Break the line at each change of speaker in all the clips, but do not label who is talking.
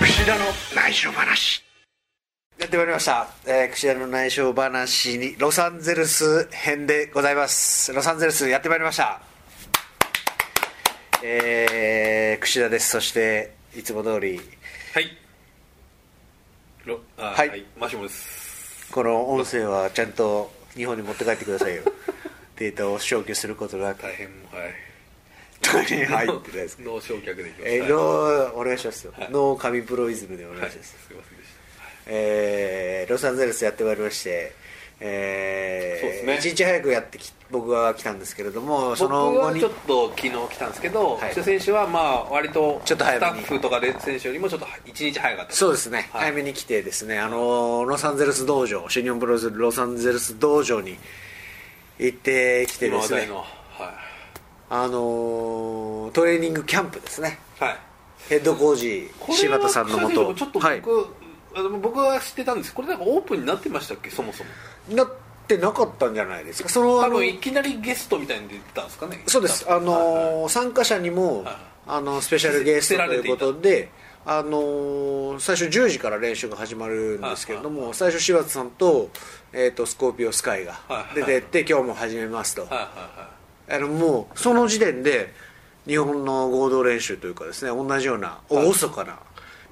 串田の内緒話やってまいりました、えー、串田の内緒話にロサンゼルス編でございますロサンゼルスやってまいりましたえー、串田ですそしていつも通り
はい。ろあ
はい
マシモです。
この音声はちゃんと日本に持って帰ってく ださいよデータを消去することなく
大変はい。
大変入ってないですか
脳焼却でいきます。
えー、
はい
ノーお願いしますよ、
はい
ノー神プロイズムでお願
はいい。
します、
すいませんでした。
えーロサンゼルスやってまいりまして、え
そうですね
1日早くやってき僕は来たんですけれどもその
僕
後
は
に
ちょっと昨日来たんですけど、
はい
岸田選手はまあ割と
ちょっと早
スタ
めに
ッフとかで選手よりもちょっと一日早かった。
そうですね、
はい
早めに来てですねあのロサンゼルス道場新日本プロレスロサンゼルス道場に行ってきて
今
で
話
すね
題のはい
あのトレーニングキャンプですね
はい。
ヘッドコーチ柴田さんのも
これは
と
岸田選手もちょっと
はい
僕、あの僕は知ってたんです。これなんかオープンになってましたっけそもそも。
なってなかったんじゃないですかそのあ
多
の
分いきなりゲストみたいに出てたんですかね。
そうです、あの参加者にも、
はい
あのスペシャルゲストということで、あの最初10時から練習が始まるんですけれども、最初柴田さんと,、えー、とスコーピオスカイが
はい
出てって、今日も始めますと、
はいはいはい。
あのもうその時点で日本の合同練習というかですね同じような厳かな、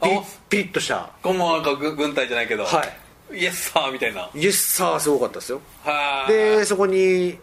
ピ
あ
ッピリッとした
これもなんか軍軍隊じゃないけど、
は
イエスサーみたいな。
イエスサーはすごかったですよ
はー
でそこに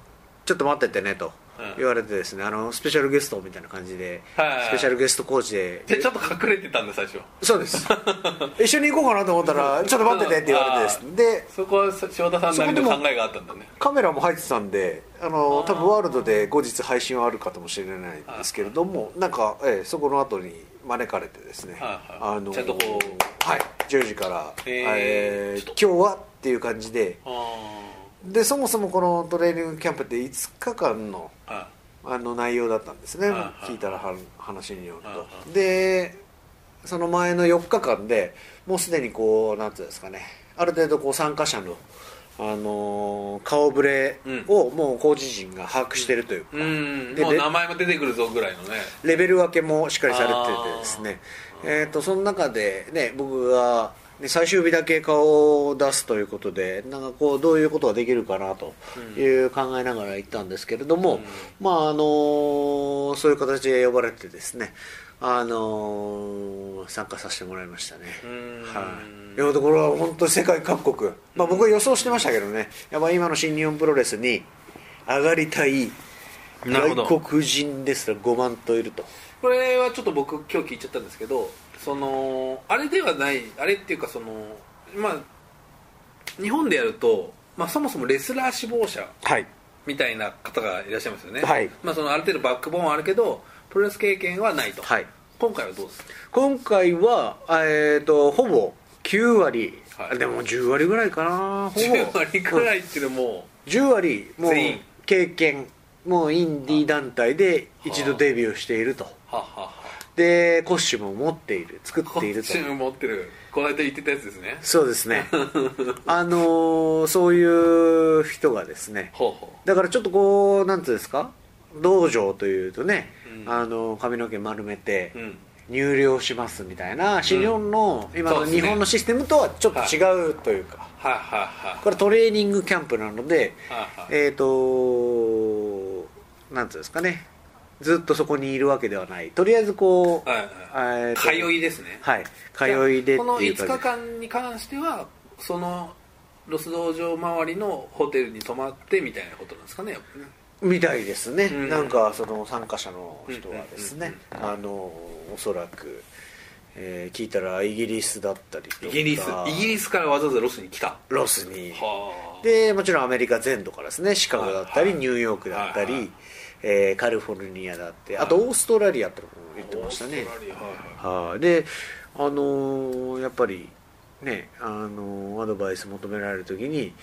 ちょっと待っててねと
うん
言われてですね、あのスペシャルゲストみたいな感じで、
はい
スペシャルゲストコーチで
でちょっと隠れてたんだ最初
そうです 一緒に行こうかなと思ったらちょっと待っててって言われてですで
そこは塩田さんなりの考えがあったんだね
カメラも入ってたんであの多分ワールドで後日配信はあるかもしれないんですけれどもなんか、ええそこの後に招かれてですね
はいはい
の
ちゃんとこう
はい10時から、
えー
えー今日はっていう感じで
あ
でそもそもこのトレーニングキャンプって5日間の
ーあ
あの内容だったんですね
はいはい
聞いたらは話による
はいは
とでその前の4日間でもうすでにこうなんていうんですかねある程度こう参加者の、あのー顔ぶれをもうコーチ陣が把握してるというか、
うん
で
もう
で
名前も出てくるぞぐらいのね
レベル分けもしっかりされててですねえー、とその中で、ね、僕が、ね、最終日だけ顔を出すということでなんかこうどういうことができるかなという考えながら行ったんですけれども、まああのーそういう形で呼ばれてですね、あのー参加させてもらいましたね。
うん
はい、いやこれは本当に世界各国、まあ、僕は予想してましたけどねやっぱ今の新日本プロレスに上がりたい
なるほど
外国人ですら5万といると
これはちょっと僕今日聞いちゃったんですけどそのあれではないあれっていうかそのまあ日本でやると、まあ、そもそもレスラー志望者
はい
みたいな方がいらっしゃいますよね、
はい
まあ、そのある程度バックボーンはあるけどプロレス経験はないと、
はい
今回はどうですか
今回は、えー、とほぼ9割、
はい
でも10割ぐらいかなほぼ
10割く
い、
らいっていうのも
うん10割もう
全員
経験もうインディー団体で一度デビューしていると
はっはっは
でコスチュームを持っている作っていると
チーム持ってるこの間言ってたやつですね
そうですね あのーそういう人がですね
ほうほ
だからちょっとこうなんていうんですか道場というとね、
うん
あの髪の毛丸めて
うん
入寮しますみたいな、新日本の今
そ
の
うです
日
ね
本のシステムとはちょっと違うというか、
はいはい
これトレーニングキャンプなので、
はいはい
えっ、となんていうんですかねずっとそこにいるわけではないとりあえずこう、
はいはい
えーと
通いですね
はい通いで
この
っていう
5
感じ
日間に関してはそのロス道場周りのホテルに泊まってみたいなことなんですかねやっぱね
みたいですね、
うん
なんかその参加者の人はですね、あのおそらく、えー聞いたらイギリスだったりとか
イギリスイギリスからわざわざロスに来た
ロスに
は
でもちろんアメリカ全土からですねシカゴだったり
はい
ニューヨークだったり、
はいはい
えーカリフォルニアだってあとオーストラリアってのも言ってましたねはいであのーやっぱりね、あのーアドバイス求められる時に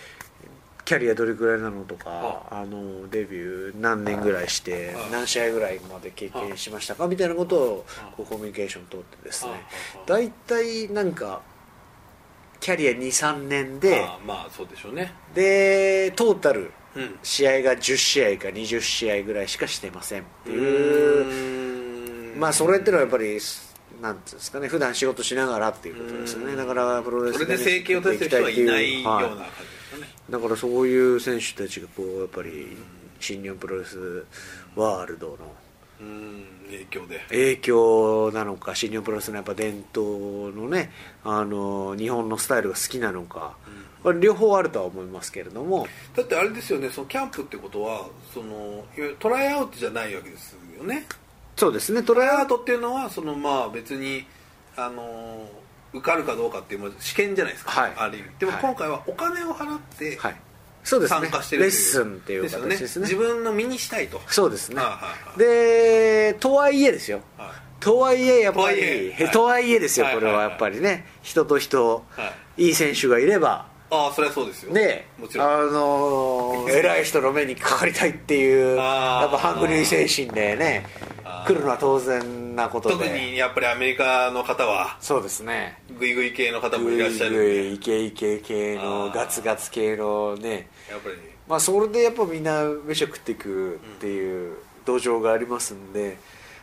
キャリアどれくらいなのとか、あのーデビュー何年ぐらいして
はい
何試合ぐらいまで経験しましたかみたいなことを
はい
こうコミュニケーション取ってですね
はい
大体なんかキャリア23年で
まあまあそうでしょうね
でトータル
ううん
試合が10試合か20試合ぐらいしかしてませんっていう
うーん
まあそれってのはやっぱりなんていうんですかね普段仕事しながらっていうことですよ
う
ね
ん
だからプロレス
それで生計を立ててる人はいないような
は
感じですかね、
いだからそういう選手たちがこうやっぱり新日本プロレスワールドの
うーん影響で
影響なのか新日本プロレスのやっぱ伝統のねあの日本のスタイルが好きなのかこれ両方あるとは思いますけれども
だってあれですよねそのキャンプってことはそのいわゆるトライアウトじゃないわけですよね
そうですねト
ト
ラ
ラ
イ
イ
ア
ア
ウ
ウ
ト
トっていうのはそのまあ別にあの受かるかどうかっていうまあ試験じゃないですか、
はい
ある意味でも
はい
今回はお金を払って
はいそうですね
参加してる
レ
と
ッスンっていう形ですね
よ自分の身にしたいと
そうですね
はいはいはい
でとはいえですよ
は
とはいえやっぱり
とはいえ
へとはいえですよ
はい
これはやっぱりね人と人
はい
いい選手がいれば
いああそれはそうですよ
ね
もち
あ
ろん
の ー偉い人の目にかかりたいっていう
あー
やっぱハングリー精神でね
あー
来るのは当然なことで
特にやっぱりアメリカの方は
そうですね
グイグイ系の方も
ぐ
いらっしゃ
い
るん
ぐ
で
いイケイケ系の
あー
ガツガツ系のね
やっぱり
まあ、それでやっぱみんな飯を食っていくっていう土壌がありますんで、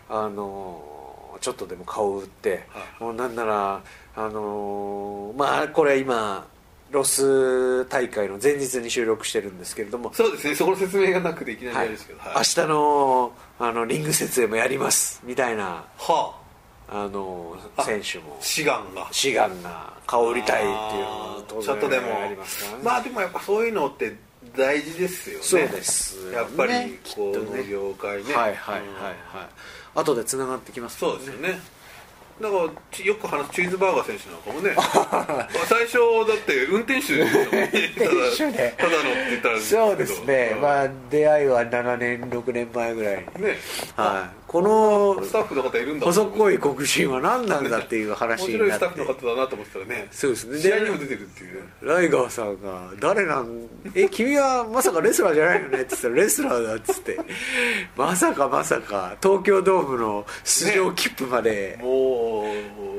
あのーちょっとでも顔を売って、
はい
もうなんなら、あのーまあこれ今ロス大会の前日に収録してるんですけれども、
そうですねそこの説明がなくていきなりあ
はい
れですけど、
明日のあのリング設営もやりますみたいな、
は
あのー
あ
選手も
あ志願が
志願な顔を売りたいっていうの
あ
は
ー
当
ちょっとでも
然ありますからね
まあでもやっぱそういうのって大事ですよね
そうですよね
やっぱり
きっと
こ
ね
の業界ね
はいはいはいはい後でつながってきますか
そ
ら
うですよねだからちよく話すチーズバーガー選手なんかもね 最初だって運転手ですよね
運転手ね
ただただのって言ったらあれけど
そうですね、
ん
まあ出会いは7年6年前ぐらいに、
ね
はい、この
スタッフの方いるんだ
細っこ
い
い黒人は何なんだっていう話
面
に
白い
な
ス
って
タッフの方だなと思ってたらね
そうですね
試合にも出てくるっていうね
ライガーさんが「誰なんえ君はまさかレスラーじゃないよね」って言ったら「レスラーだ」っつってまさかまさか東京ドームの出場切符まで、
も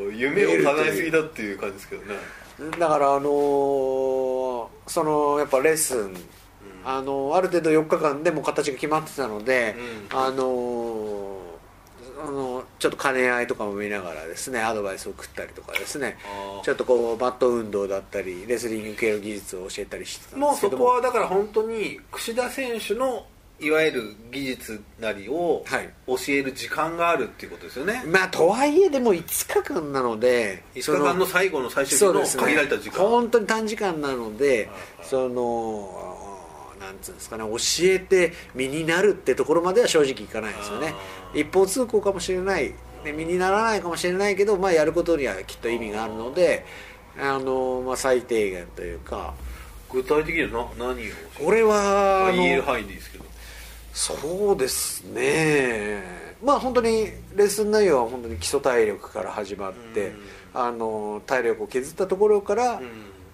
う夢を叶えすぎだっていう感じですけどね
だからあのーそのやっぱレッスン、あのある程度4日間でもう形が決まってたので、
うん
あのーあのちょっと兼ね合いとかも見ながらですねアドバイスを送ったりとかですね
あー
ちょっとこうバット運動だったりレスリング系の技術を教えたりしてたん
も
で
う
すけ
そ
ど
こはだから本当に櫛田選手のいわゆる技術なりを
はい
教える時間があるっていうことですよね、
まあとはいえでも5日間なので
5日間の最後の最終
そうで
日
す
の
ね
限られた時間、
本当に短時間なので、
はい
そのなんつうんですかね教えて身になるってところまでは正直いかないですよね
あー
一方通行かもしれないで身にならないかもしれないけど、まあ、やることにはきっと意味があるのであの、まあ、最低限というか
具体的にはな何を教える
これは
まあ
あの
言える範囲でいいですけど
そうですねまあ本当にレッスン内容は本当に基礎体力から始まって、
うん
あの体力を削ったところから、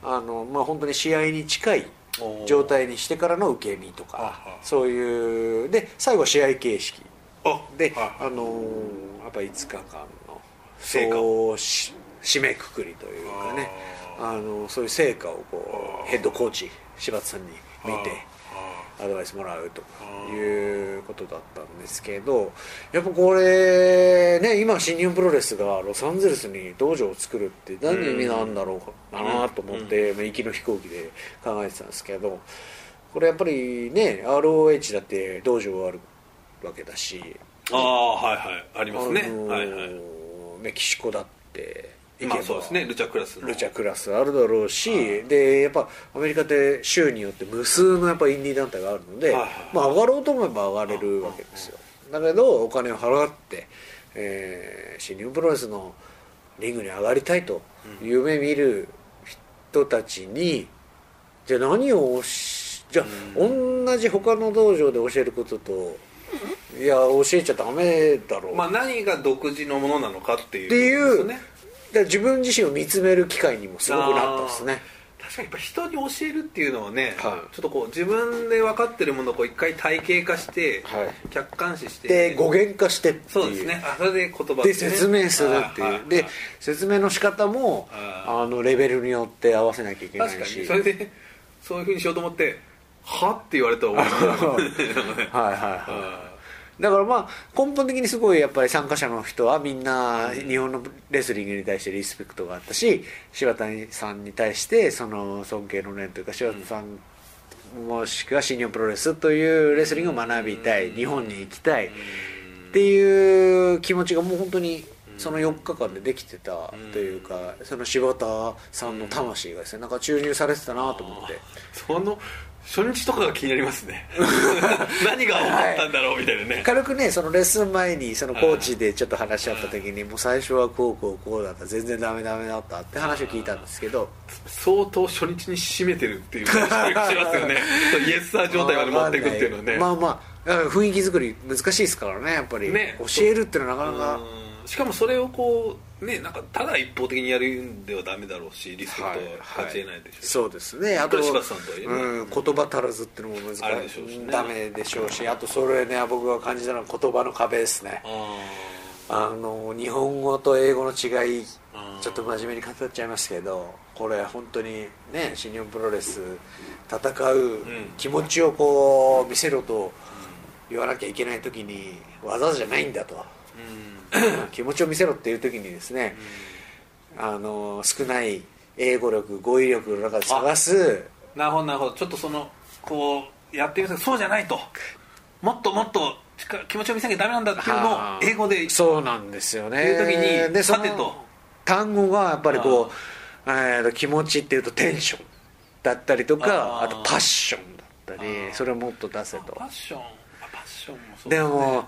あのまあ、本当に試合に近い
おー
状態にしてからの受け身と
は
か
は
そういうで最後試合形式
あ
で、
は
あのーやっぱ5日間の
成果
そうし締めくくりというかねあのそういう成果をこ
あー
うヘッドコーチ柴田さんに
い
見て
あ
アドバイスもらうと
あー
いうことだったんですけどやっぱこれね今新日本プロレスがロサンゼルスに道場を作るって何の意味があるんだろうかなと思って、まあ行きの飛行機で考えてたんですけどこれやっぱりね ROH だって道場あるわけだし
ああーはいはいありますね、
あのー
はいはい
メキシコだって行けば
まあそうですねルチャクラスの
ルチャクラスあるだろうし、でやっぱアメリカって州によって無数のやっぱインディー団体があるので、
はいはい
まあ、上がろうと思えば上がれるわけですよ、だけどお金を払って、えー新日本プロレスのリングに上がりたいと夢見る人たちにじゃあ何を教えじゃあ同じ他の道場で教えることといや教えちゃダメだろう、
まあ何が独自のものなのかっていう
っていう
ことですよね
だから自分自身を見つめる機会にもすごくなったんですね
確かにやっぱ人に教えるっていうのはね、
はい
ちょっとこう自分で分かってるものをこう一回体系化して、
はい
客観視して
で語源化してっていう
そうですねあそれで言葉
で説明するって
はいはいは
いうで説明の仕方も
あ
あのレベルによって合わせなきゃいけない
確か
し
にそれでそういうふうにしようと思ってはって言われたら面白い
はいはい はいだからまあ根本的にすごいやっぱり参加者の人はみんな日本のレスリングに対してリスペクトがあったし柴田さんに対してその尊敬の念というか柴田さんもしくは新日本プロレスというレスリングを学びたい日本に行きたいっていう気持ちがもう本当にその4日間でできてたというかその柴田さんの魂がですねなんか注入されてたなと思って。
その初日とかが気になりますね 何が起こったんだろうみたいなね、
軽くねそのレッスン前にそのコーチでちょっと話し合った時にもう最初はこうこうこうだった全然ダメダメだったって話を聞いたんですけど
相当初日に締めてるっていう感じがしますよ ねそうイエスサー状態まで持っていくっていうのはね,、
まあまあだから雰囲気作り難しいですからねやっぱり、
ね
教えるってのはなかなか
うんしかもそれをこうねなんかただ一方的にやるんではダメだろうしリスペクトは勝ち得ないでしょうし
そうですねあと
いくら柴田さんとはいえね
うん、言葉足らずってのも難しい
あるでしょうしね
ダメでしょうしあとそれね僕が感じたのは言葉の壁ですねあの日本語と英語の違い
あー
ちょっと真面目に語っちゃいますけどこれ本当にね新日本プロレス戦う気持ちをこう見せろと言わなきゃいけない時に技じゃないんだと気持ちを見せろっていう時にですねあの少ない英語力語彙力の中で探す
なるほどなるほどちょっとそのこうやってみてそうじゃないともっともっと力気持ちを見せなきゃダメなんだっていうのを
あー
英語で
そうなんですよ
言
ね
う時に
でその
さてと
単語がやっぱりこう、えーと気持ちっていうとテンションだったりとか
あ
あ
ー
とパッションだった
あ
り
ー
それをもっと出せと
パッションあパッションもそう
でも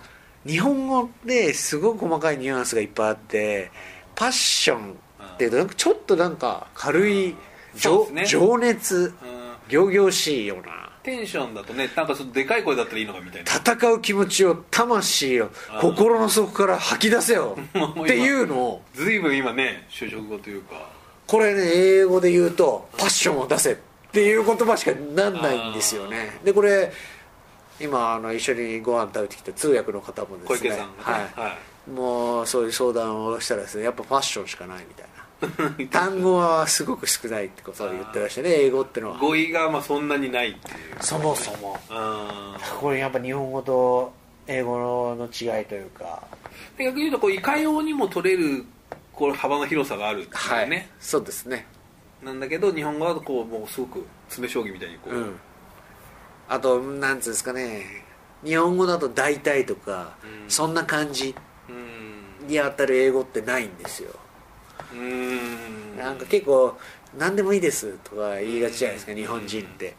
日本語ですごく細かいニュアンスがいっぱいあってパッションっていうとなんかちょっとなんか軽い
そう
情,、
ですね
情熱
うん
仰々しいような
テンションだとねなんかちょっとでかい声だったらいいのかみたいな
戦う気持ちを魂を
あー
心の底から吐き出せよ
もう今
っていうのを
ずいぶん今ね就職後というか
これね英語で言うと「パッションを出せ」っていう言葉しかなんないんですよねでこれ今あの一緒にご飯食べてきた通訳の方もですね
小池さんがね
はい
は
もうそういう相談をしたらですねやっぱファッションしかないみたいな単語はすごく少ないってことを言ってらっしゃるね英語っての は
語彙がまあそんなにないっていう
そもそも
あー
これやっぱ日本語と英語の違いというか
で逆に言うとこういかようにも取れるこう幅の広さがあるって
は
いう
い、
ね、
そうですね
なんだけど日本語はこうもうすごく詰め将棋みたいにこう、
うん、あとなんつうんですかね日本語だと「大体」とか、
うん
そんな感じ
うん
に当たる英語ってないんですよ、
うーん
なんか結構「何でもいいです」とか言いがちじゃないですか、日本人って。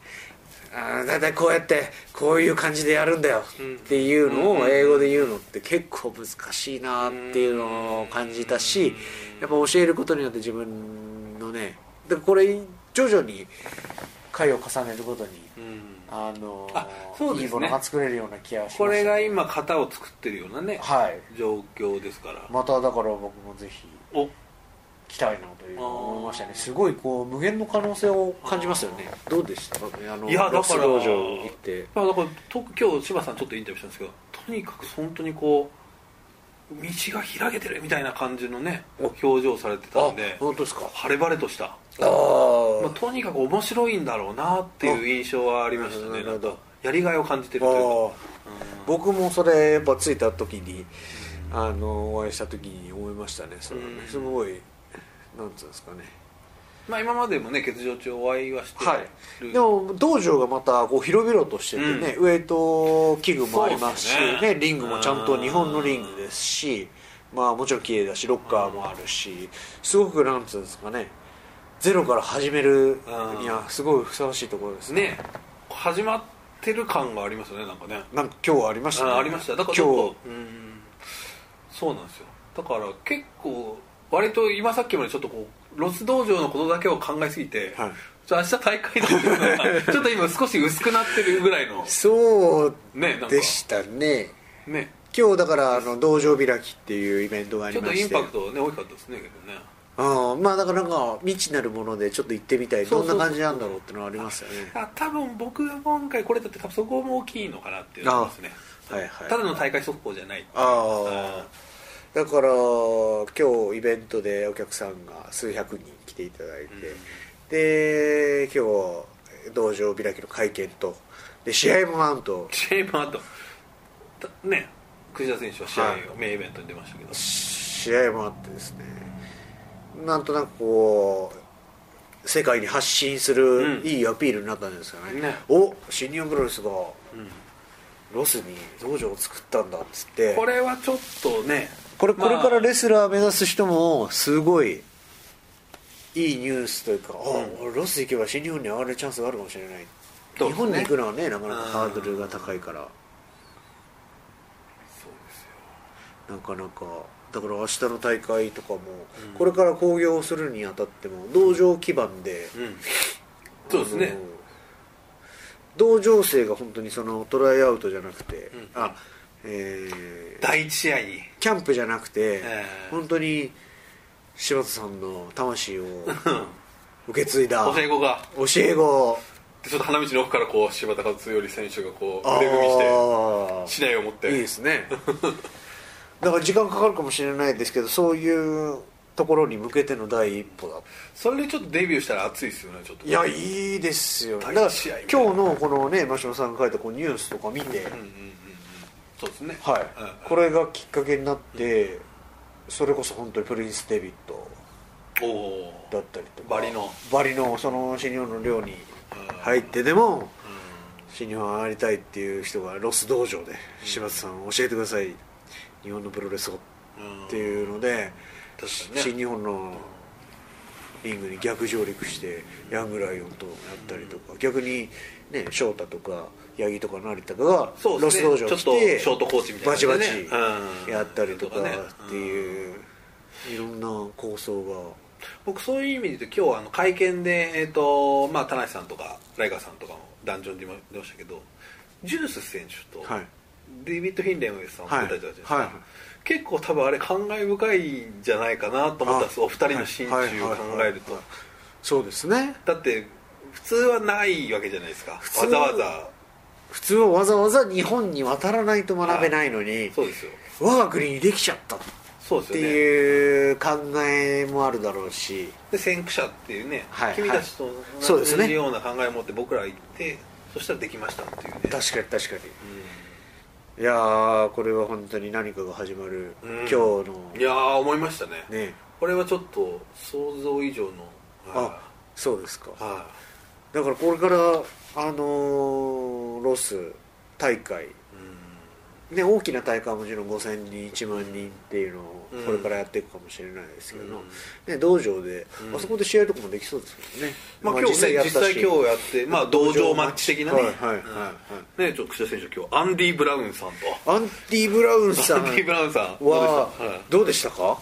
あーだいたいこうやってこういう感じでやるんだよ
うん
っていうの
う
を
ん
英語で言うのって結構難しいなっていうのを感じたしやっぱ教えることによって自分のねだからこれ徐々に回を重ねることに
うん
あの
あそうですね
いいものが作れるような気がします
これが今型を作ってるようなね
はい
状況ですから
まただから僕もぜひ
お
来たいなというのを思いましたねすごいこう無限の可能性を感じますよねどうでしたあの
いやだ
ロス
から
道場行って
まあ、だからと今日柴さんちょっとインタビューしたんですけどとにかく本当にこう道が開けてるみたいな感じのね
お
表情をされてた
あ
んで
本当ですか
晴れ晴れとした、
ああ、
まあ、とにかく面白いんだろうなっていう印象はありました
な
ね
るほど
なんかやりがいを感じてるというか
ああ僕もそれやっぱ着いた時にあのお会いした時に思いましたねそれはね
うん
すごいなんつうんですかね
まあ、今までもね欠場中お会いはしてる、
はい、でも道場がまたこう広々としててね、ウエイト器具もありますし
そうで
ね
すね
リングもちゃんと日本のリングですし、まあ、もちろん綺麗だしロッカーもあるしすごくなんつうんですかねゼロから始めるにはすごいふさわしいところですね
ね始まってる感がありますよねなんかね
なんか今日はありましたね
あありましただからちょっ
今
とうんそうなんですよだから結構割と今さっきまでちょっとこうロス道場のことだけを考えすぎて、
はい
ちょっと明日大会だっていうのがちょっと今少し薄くなってるぐらいの
日そう
ねなんか
でしたね
ね
今日だからあの道場開きっていうイベントがあ
ち
り
ょっ
ま
と
して
インパクトね大きかったですねけどね
うん、まあだからなんか未知なるものでちょっと行ってみたい
そう
ど
そ
ん
う
な感じなんだろうってのはありますよね
あ多分僕が今回これだって多分そこも大きいのかなっていうのがありますね
はいはい
ただの大会速報じゃない
ああだから今日イベントでお客さんが数百人来ていただいて、で今日道場開きの会見とで試合もなんと
試合もあとたね藤田選手は試合をメインイベントに出ましたけど、
試合もあってですねなんとなくこう世界に発信する
うん
いいアピールになったんですかね,、
ね
お新日本プロレスが
うん
ロスに道場を作ったんだっつって
これはちょっとね
これこれから
ま
レスラー目指す人もすごいいいニュースというか、あ俺ロス行けば新日本に上がるチャンスがあるかもしれない、
そうです
日
ね
本に行くのはねなかなかハードルが高いから
あそうですよ
なかなかだから明日の大会とかも、これから興行するにあたっても道場基盤で、
うん、そうです
あ
ね、
の同情生が本当にそのトライアウトじゃなくて、
ん
あえー
第一試合に
キャンプじゃなくて、
えー
本当に柴田さんの魂を受け継いだ
教え子が
教え子
でちょっと花道の奥からこう柴田勝頼選手がこう
あ
腕組みして
ー
竹刀を持って
いいですねだから時間かかるかもしれないですけどそういうところに向けての第一歩だ
それでちょっとデビューしたら熱いですよねちょっと
いやいいですよねだ
第
から
一試合みたいな
今日のこのね真島さんが書いたこうニュースとか見て、
うんうんうんうんそうですね
はい、
うん
これがきっかけになって、それこそ本当にプリンス・デビット
おお
だったりとか
バリの
バリのその新日本の寮に
うん
入ってでも、新日本上がりたいっていう人がロス道場で、柴田さん教えてください日本のプロレスをって
うん
いうので、
確か
新
にね
日本のリングに逆上陸してヤングライオンとやったりとか、逆にね翔太とか八木とか成田が
そう
ロ
です
ス
ね
道場来
ちょ
て
っとショートコーチみたいな
バチバ
感じ
チ
でねうん
やったりとか
とかね
っていう、いろんな構想が
僕そういう意味で言うと今日あの会見で、えーとまあ、田無さんとかライガーさんとかもダンジョンでも出ましたけどジュース選手と
はい
デイビッド・フィンレイのさんを
はい
答えたじゃないですか、
はい
結構多分あれ感慨深いんじゃないかなと思ったんです
あ
お二人の心中を考えると、
はいはいはいはいそうですね
だって普通はないわけじゃないですか
通
わざわざ
普通はわざわざ日本に渡らないと学べないのに、
そうですよ
我が国にできちゃったっ
そうです
て
よね
いう考えもあるだろうし
で先駆者っていうね、
はい
君たちと
そう
同
です
じ
ね
ような考えを持って僕ら行ってそしたらできましたっていうね
確かに確かにいやーこれは本当に何かが始まる、
うん
今日の
いやー思いましたね
ね
これはちょっと想像以上の
あそうですか
あは
だからこれからあのーロス大会
いうん
ね大きな大会はもちろん5000人1万人っていうのを
うん
これからやっていくかもしれないですけど、
うん
ね、道場で、
うん
あそこで試合とかもできそうですけどね、
まあ今日ね実際今日やってまあ同情マッチ的なね
はいはいはい
うんねちょっと櫛田選手今日アンディ・ブラウンさんと
アンティ・ブラウンさ
ア
ん
ンディ・ブラウンさんどうで
は
したはい
どうでしたか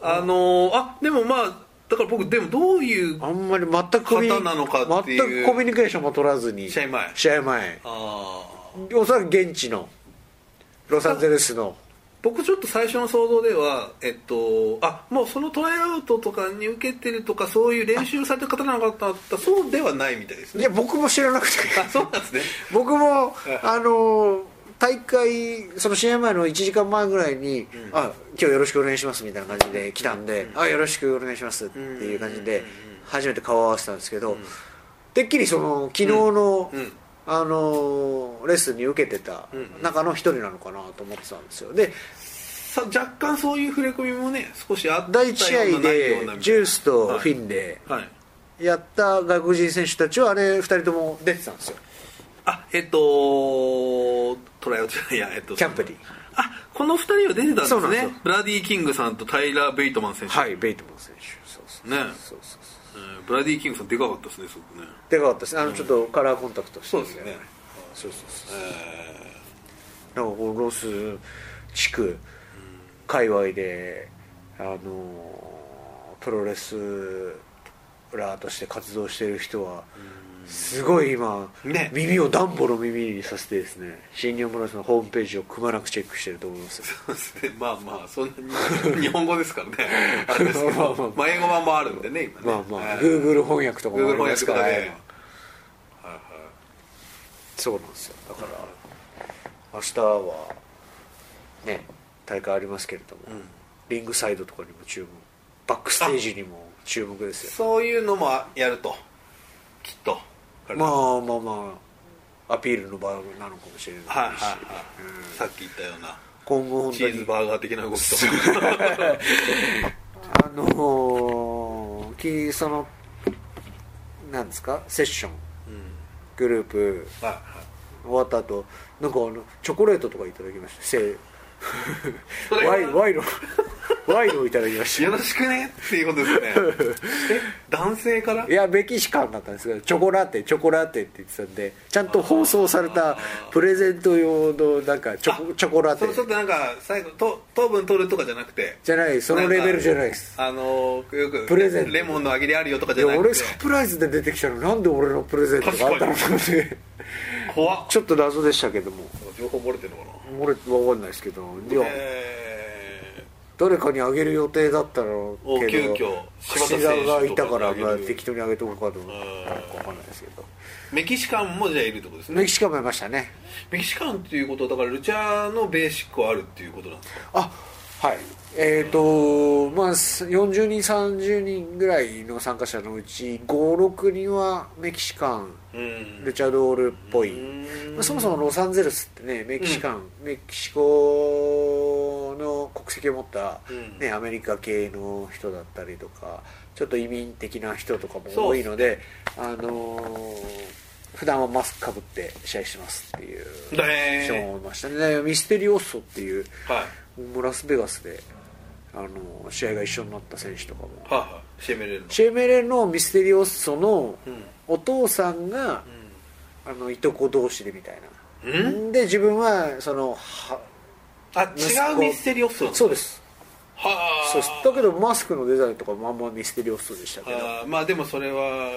あのーあでもまあだから僕でもどういう
あんまり全くコミュニ
方なのかっていう
全くコミュニケーションも取らずに
試合前
試合前
あー
おそらく現地のロサンゼルスの
僕ちょっと最初の想像ではえっとあもうそのトライアウトとかに受けてるとかそういう練習されてる方なのかと思ったらそうではないみたいです
い
ね
や僕も知らなくて
あ そうなんですね
僕も
い
あの大会その試合前の1時間前ぐらいに「あ今日よろしくお願いします」みたいな感じで来たんで「あよろしくお願いします」っていう感じで初めて顔を合わせたんですけどてっきりその昨日の
うんうん
あのレッスンに受けてた中の一人なのかなと思ってたんですよで
さ若干そういう触れ込みもね少しあった
第
よう
1
な
試合
ないようなみたい
で
な
ジュースとフィンで
はい
やった外国人選手たちはあれ2人とも出てたんですよ
あえっとトライアウトじゃないやえっと
キャンプに
あこの2人は出てたんで
そう
す
なんですよ
ねブラディ・キングさんとタイラー・ベイトマン選手、
はいベイトマン選手そうそう
ね
そうそうそう
えーブラディ・キングさんでかかったですねすごくね
でかかったですあのちょっとカラーコンタクトして
そう
る
ですよね
そうそうそう
え
なんかこうロス地区界隈であのプロレスラーとして活動してる人はすごい今、
ね
耳をダンボの耳にさせてですね新日本プロレスのホームページをくまなくチェックしてると思いますよ
ーそうですねまあまあそんなに日本語です からねあれですけど
まあまあ
まあ英語版もあるんでね今ね
まあまあ
えー
Google 翻訳とかも
Google
あり
翻
ま
訳
す
と
から
か
ね
で
そうなんですよだから明日はね大会ありますけれども、リングサイドとかにも注目バックステージにも注目ですよ
そういうのもやるときっと彼
ま
は
あまあまあアピールの場なのかもしれないし、
いはいはい
うん
さっき言ったような
今後本
チ
当
ーズ
に
バーガー的な動きと
あのーきそのなんですかセッション
うん
グループ
はいはい
終わった後なんかあのチョコレートとかいただきましたせ
それは
ワイワイロワイロいただきまし
よろしくねっていうこと ですねえ男性から
たいやメキシカンだったんですけどチョコラテチョコラテって言ってたんでちゃんと包装されたプレゼント用のなんかチョコチョコラ
そ
テ
れちょっとなんか最後と糖分取るとかじゃなくて
じゃないそのレベルじゃないです
あのーよく
プレゼント
レモンのあげりあるよとか
い
じゃ
や
な
俺
くて
サプライズで出てきたのなんで俺のプレゼントがあったのかって
怖っ
ちょっと謎でしたけども
情報漏れてるのかな
俺分かんないですけどいや
え
誰かにあげる予定だったの
お
けど
急遽柴田選
串
手とかに
田がいたから、ま
あ
あ、
げる
適当にあげとこうかと思っ
うん
たのか分かんないですけど
ーメキシカンもじゃあいるってことですね
メキシカンもいましたね
メキシカンっていうことはだからルチャーのベーシックはあるっていうことなんですか
あはいえっ、とまあ40人30人ぐらいの参加者のうち56人はメキシカン
うん
ルチャドールっぽい、まあ、そもそもロサンゼルスってねメキシカン、メキシコの国籍を持った、
うん
ねアメリカ系の人だったりとかちょっと移民的な人とかも
そう
多いのであのー普段はマスクかぶって試合してますっていう
だね
人も思いましたね、でミステリオッソっていう
はい
もうラスベガスで、あのー試合が一緒になった選手とかも
はいはいシェメレルの
シェメレのミステリオッソの
うん
お父さんが、あのいとこ同士でみたい
うん
な、
うん
で自分はそのは
あ違うミステリオスなんだ
そうです
はあ
そうですだけどマスクのデザインとかもあんまミステリオスでしたけど
あーまあでもそれは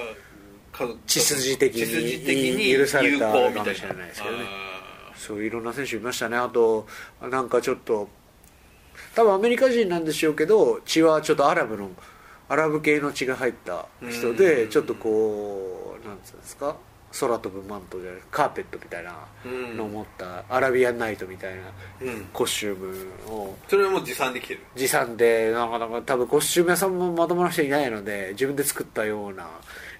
家族
血筋的に
血筋的に
許された
有効みたいな
かもしれないですけどねそういろんな選手いましたねあとなんかちょっと多分アメリカ人なんでしょうけど血はちょっとアラブのアラブ系の血が入った人
う
で
ん
ちょっとこうなんつうんですか空飛ぶマントじゃないカーペットみたいなのを持ったアラビアンナイトみたいな
あーうん
コスチュームを
それはもう持参できてる
持参でなかなか多分コスチューム屋さんもまともな人いないので自分で作ったような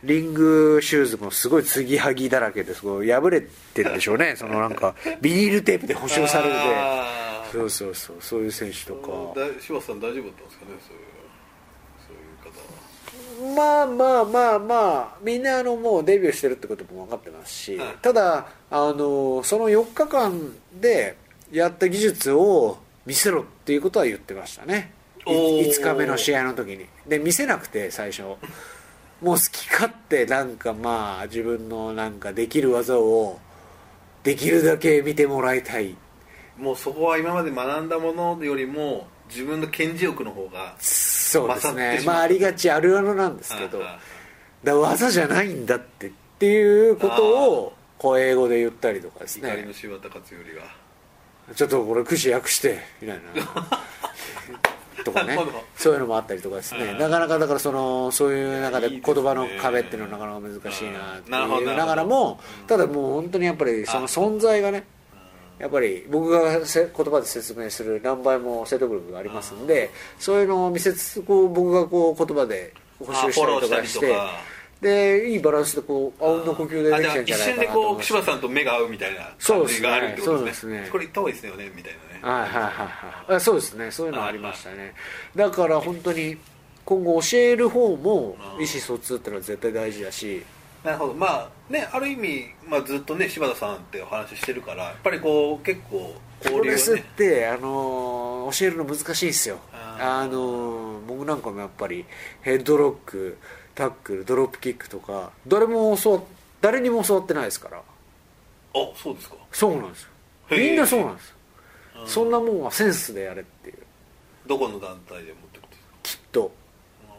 リングシューズもすごい継ぎはぎだらけですごい破れてるんでしょうねそのなんかビニールテープで補修されるで
あー
そうそうそうそういう選手とか
だ柴田さん大丈夫だったんですかねそういうそういう方は
まあまあまあまあみんなあのもうデビューしてるってことも分かってますし、
はい
ただあのその4日間でやった技術を見せろっていうことは言ってましたねい
おー
5日目の試合の時にで見せなくて最初もう好き勝手なんかまあ自分のなんかできる技をできるだけ見てもらいたい
もうそこは今まで学んだものよりも自分の顕示欲の方が
そうです
勝って
ね
しまう
まあありがちあるあるなんですけど、
あ
だから技じゃないんだってっていうことをこう英語で言ったりとかです
ー怒りの
ね
柴田勝頼が、
ちょっとこれくし訳してみたい なとか
な
ね
るほど
そういうのもあったりとかですね
うん
なかなかだからそのそういう中で
いい
言
ですね
葉の壁っていうのはなかなか難しいなって
うんなるほどなるほ
い
ど
うながらもただもう本当にやっぱりその存在がねやっぱり僕がせ言葉で説明する何倍も説得力がありますんでそういうのを見せつつこう僕がこう言葉で補
あ
修し
フォロ
た
ー
りと
した
か
り
し
と
て
か
でいいバランスでこうあうんの呼吸で
あ
でき
じゃあ
てんじ
一
ゃな
瞬
いか
で
なと
こ
思
う
い
柴田さんと目が合うみたいな
そ
感
うで
じ
すね
があるってことですね
そうですね
これ行った方がいいですよねみたいなね
はいはいはいはいあそうですねそういうのありましたねだから本当に今後教える方も
うん
意思疎通ってのは絶対大事だし
なるほどまあねある意味、まあ、ずっとね柴田さんってお話ししてるからやっぱりこう結構
プ
交
ロ
流
レ
を
スっ
ね
てあのー教えるの難しいんですよ
あー
あのー僕なんかもやっぱりヘッドロックタックルドロップキックとか誰も教わ誰にも教わってないですから
あそうですか
そうなんですよ
へー
みんなそうなんですよ
うん
そんなもんはセンスでやれっていう
どこの団体でもってことですか
きっと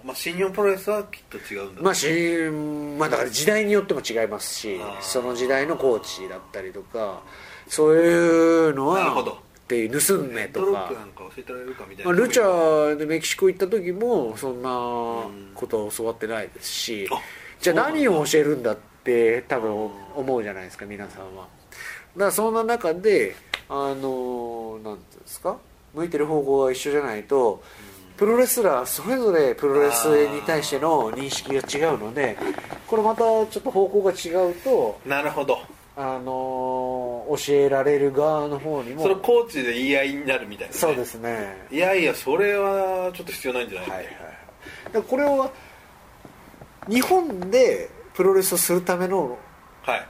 まあ、新日本プロレスはきっと違うんだ
まあしまあ、だから時代によっても違いますし
あー
その時代のコーチだったりとかそういうの
なる
は
ほど
っていう盗め
ド
と
ロッ
か
プなんか教えてられるかみたい
ま
な、
あ、ルチャーでメキシコ行った時もそんなことは教わってないですし
あ
じゃあ
そうなんだ
何を教えるんだって多分思うじゃないですか皆さんはだからそんな中であのなんていうんですか向いてる方向が一緒じゃないとプロレスラーそれぞれプロレスに対しての認識が違うのでこれまたちょっと方向が違うと
なるほど
あのー教えられる側の方にも
それコーチで言い合いになるみたいな、ね、
そうですね
いやいやそれはちょっと必要ないんじゃない、
はいはいはい、これは日本でプロレスをするための
はい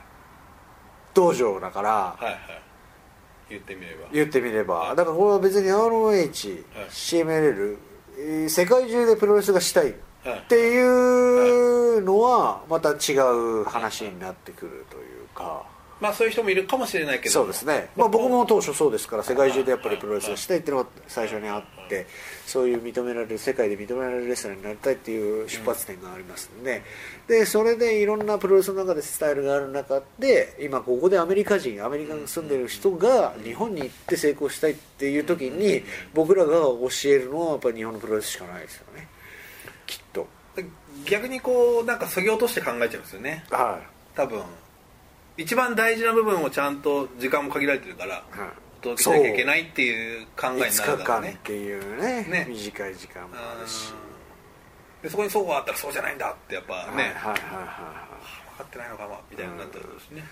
道場だから
はいはい言ってみれば
言ってみれば
はい
だからこれは別に ROH、
はい
CMLL、えー世界中でプロレスがしたいっ
はい
ていうのはまた違う話になってくるというか
まあそういう人もいるかもしれないけど
そうですね、まあ、僕も当初そうですから世界中でやっぱりプロレスがしたいっていうのが最初にあってそういう認められる世界で認められるレスラーになりたいっていう出発点がありますんででそれでいろんなプロレスの中でスタイルがある中で今ここでアメリカ人アメリカに住んでる人が日本に行って成功したいっていう時に僕らが教えるのはやっぱり日本のプロレスしかないですよねきっと
逆にこうなんかそぎ落として考えちゃうんですよね
はい
多分一番大事な部分をちゃんと時間も限られてるから
はい
お届けしなきゃいけないっていう考えになる
5日
だろ
間
う
っ
ね
ていうね
ね
短い時間もあるし
うんでそこにそうはあったらそうじゃないんだってやっぱね、
はいはいはいはいはい
分かってないのかもみたいになったらしね、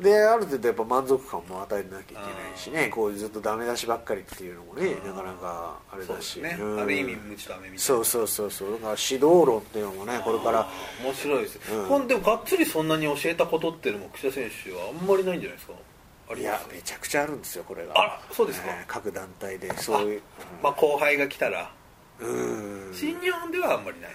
である程度やっぱ満足感も与えなきゃいけないしねこうずっとダメ出しばっかりっていうのもねなかなかあ
う
れ
んそう
だ
で
し
すね、
うん
ある意味無知と雨みたいな
そうそうそうそうだから指導論っていうのもねこれから
面白いです、
うん
ほんでもがっつりそんなに教えたことっていうのも櫛田選手はあんまりないんじゃないですかあ
い
りま
や
す
めちゃくちゃあるんですよこれが
あらそうですか
ね各団体でそういう
まあ、後輩が来たら
うん
新日本ではあんまりない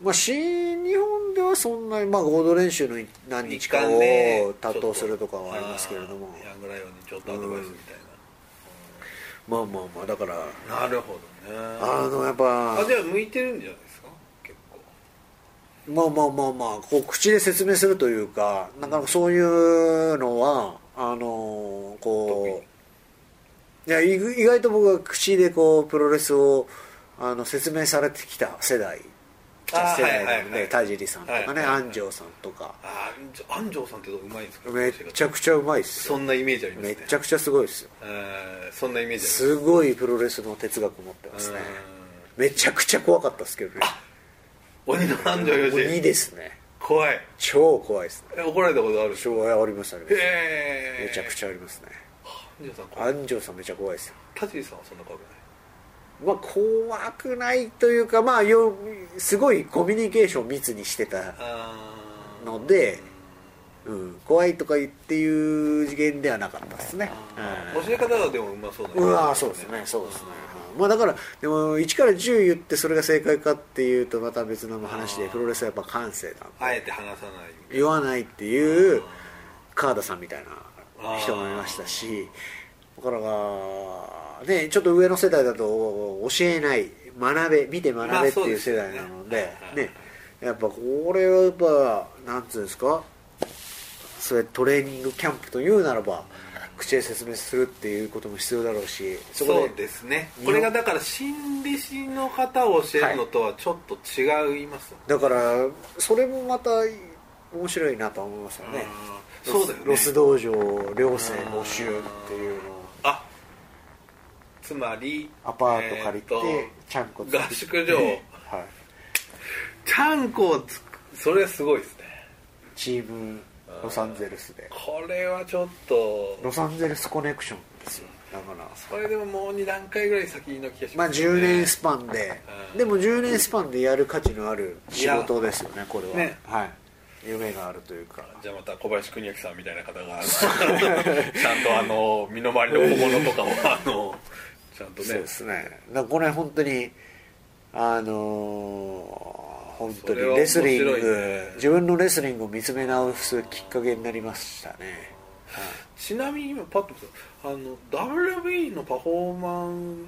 まあ新日本ではそんなにまあ合同練習の何日か
日韓で
を担当するとかはありますけれども
あーヤングライオンにちょっとアドバイスみたい
まあまあまあだから
な、なるほどね
あのやっ
あ
ぱ
じゃあ向いてるんじゃないですか結構
まあまあまあまあこう口で説明するというかなかなかそういうのはあのーこういや意意外と僕は口でこうプロレスをあの説明されてきた世代世
あー
代
はい
な
はい
の
は
で
い
田尻さんとかね、
はいはいはい
安城さんとか
あー安城さんってどううまいんですか
めっちゃくちゃうまいっす
そ
よ
んなイメージあります
め
ね
ちゃくちゃすごいっすよ
えーそんなイメージあります
すごいプロレスの哲学持ってますねめちゃくちゃ怖かったっすけどね
うん鬼の安城よ
鬼
し
ですね
怖い
超怖いっすね
え怒られたことあるでしょ
超ありましたね
へえ
めちゃくちゃありますね
安城さん怖い
安城さんめちゃ怖いですよ
田尻さんはそんな怖くない
まあ怖くないというかまあよすごいコミュニケーションを密にしてた
あー
ので、うん、怖いとか言っていう次元ではなかったですね
あー教え方がでもうまそうだ
うんうわーそうですねそうですねまあだからでも1から10言ってそれが正解かっていうとまた別の話でプロレスはやっぱ感性だ
あえて話さない
言わないっていう川田さんみたいな人もいましたしだからが、ね、ちょっと上の世代だと教えない学べ見て
ま
学べ
あ
って
そう
い
で
う
す
世
よね
代なので,、
はい
ねやっぱこれはやっぱなんつうんですかそれトレーニングキャンプというならば口で説明するっていうことも必要だろうしそこ
そう
で
ですね
日本
これがだから新弟子の方を教えるのとはちょっと違いますよね
だからそれもまた面白いなと思いますよね
うんそうだよね
ロス道場寮生募集っていうのを
あつまり
アパート借りて、
え
ちゃんこ
ー
作
と
っ
合
て
宿場
はい
ちゃんこをつくそれはすごいですね
チームロサンゼルスで
これはちょっと
ロサンゼルスコネクションですよだから
それでももう2段階ぐらい先の気がし
ま
ま
あ
す、
10年スパンで、
うん
でも10年スパンでやる価値のある仕事ですよねこれは、
ね
はい夢があるというか
じゃあまた小林邦明さんみたいな方が ちゃんとあの身の回りの小物と かをあのちゃんと
そう
ね
ですねだからこれ本当にあのー本当
そ
に
れは
レ
面
ス
白
リ
い
ン
ね
グ、自分のレスリングを見つめ直すきっかけになりましたね、はい
ちなみに今パッと見たあの WB のパフォーマン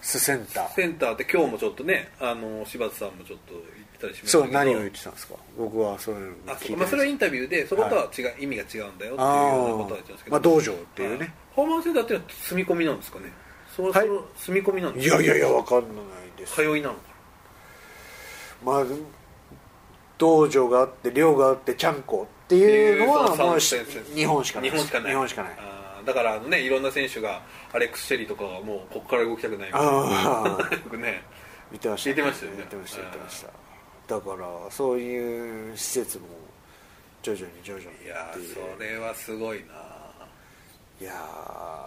スセンタ
ス
ー
センターって今日もちょっとねあの柴田さんもちょっと言ってたりしました
そ
け
う
ど
何を言ってたんですか僕はそういうの
あ
聞
そう
い
まあ、
て
それはインタビューでそことは違う、意味が違うんだよっていうようなことは言ってたんですけど
あーまあ道場っていうね
はホームセンターっていうのは住み込みなんですかねそろそ
はい
ろ住み込みなんで
い
すか、
やいやいや分かんないです
通いなのか
まあ道場があって寮があってちゃんこっていうのはもうし日本しかない
日本しかない
日本しかない
あーだからあのねいろんな選手がアレックス・シェリーとかがもうここから動きたくないみたいな
あ あ
よくね
見てまし
言
た
ってましたよね
言ってました言ってましただからそういう施設も徐々に徐々に
いや
っていう
ーそれはすごいない
や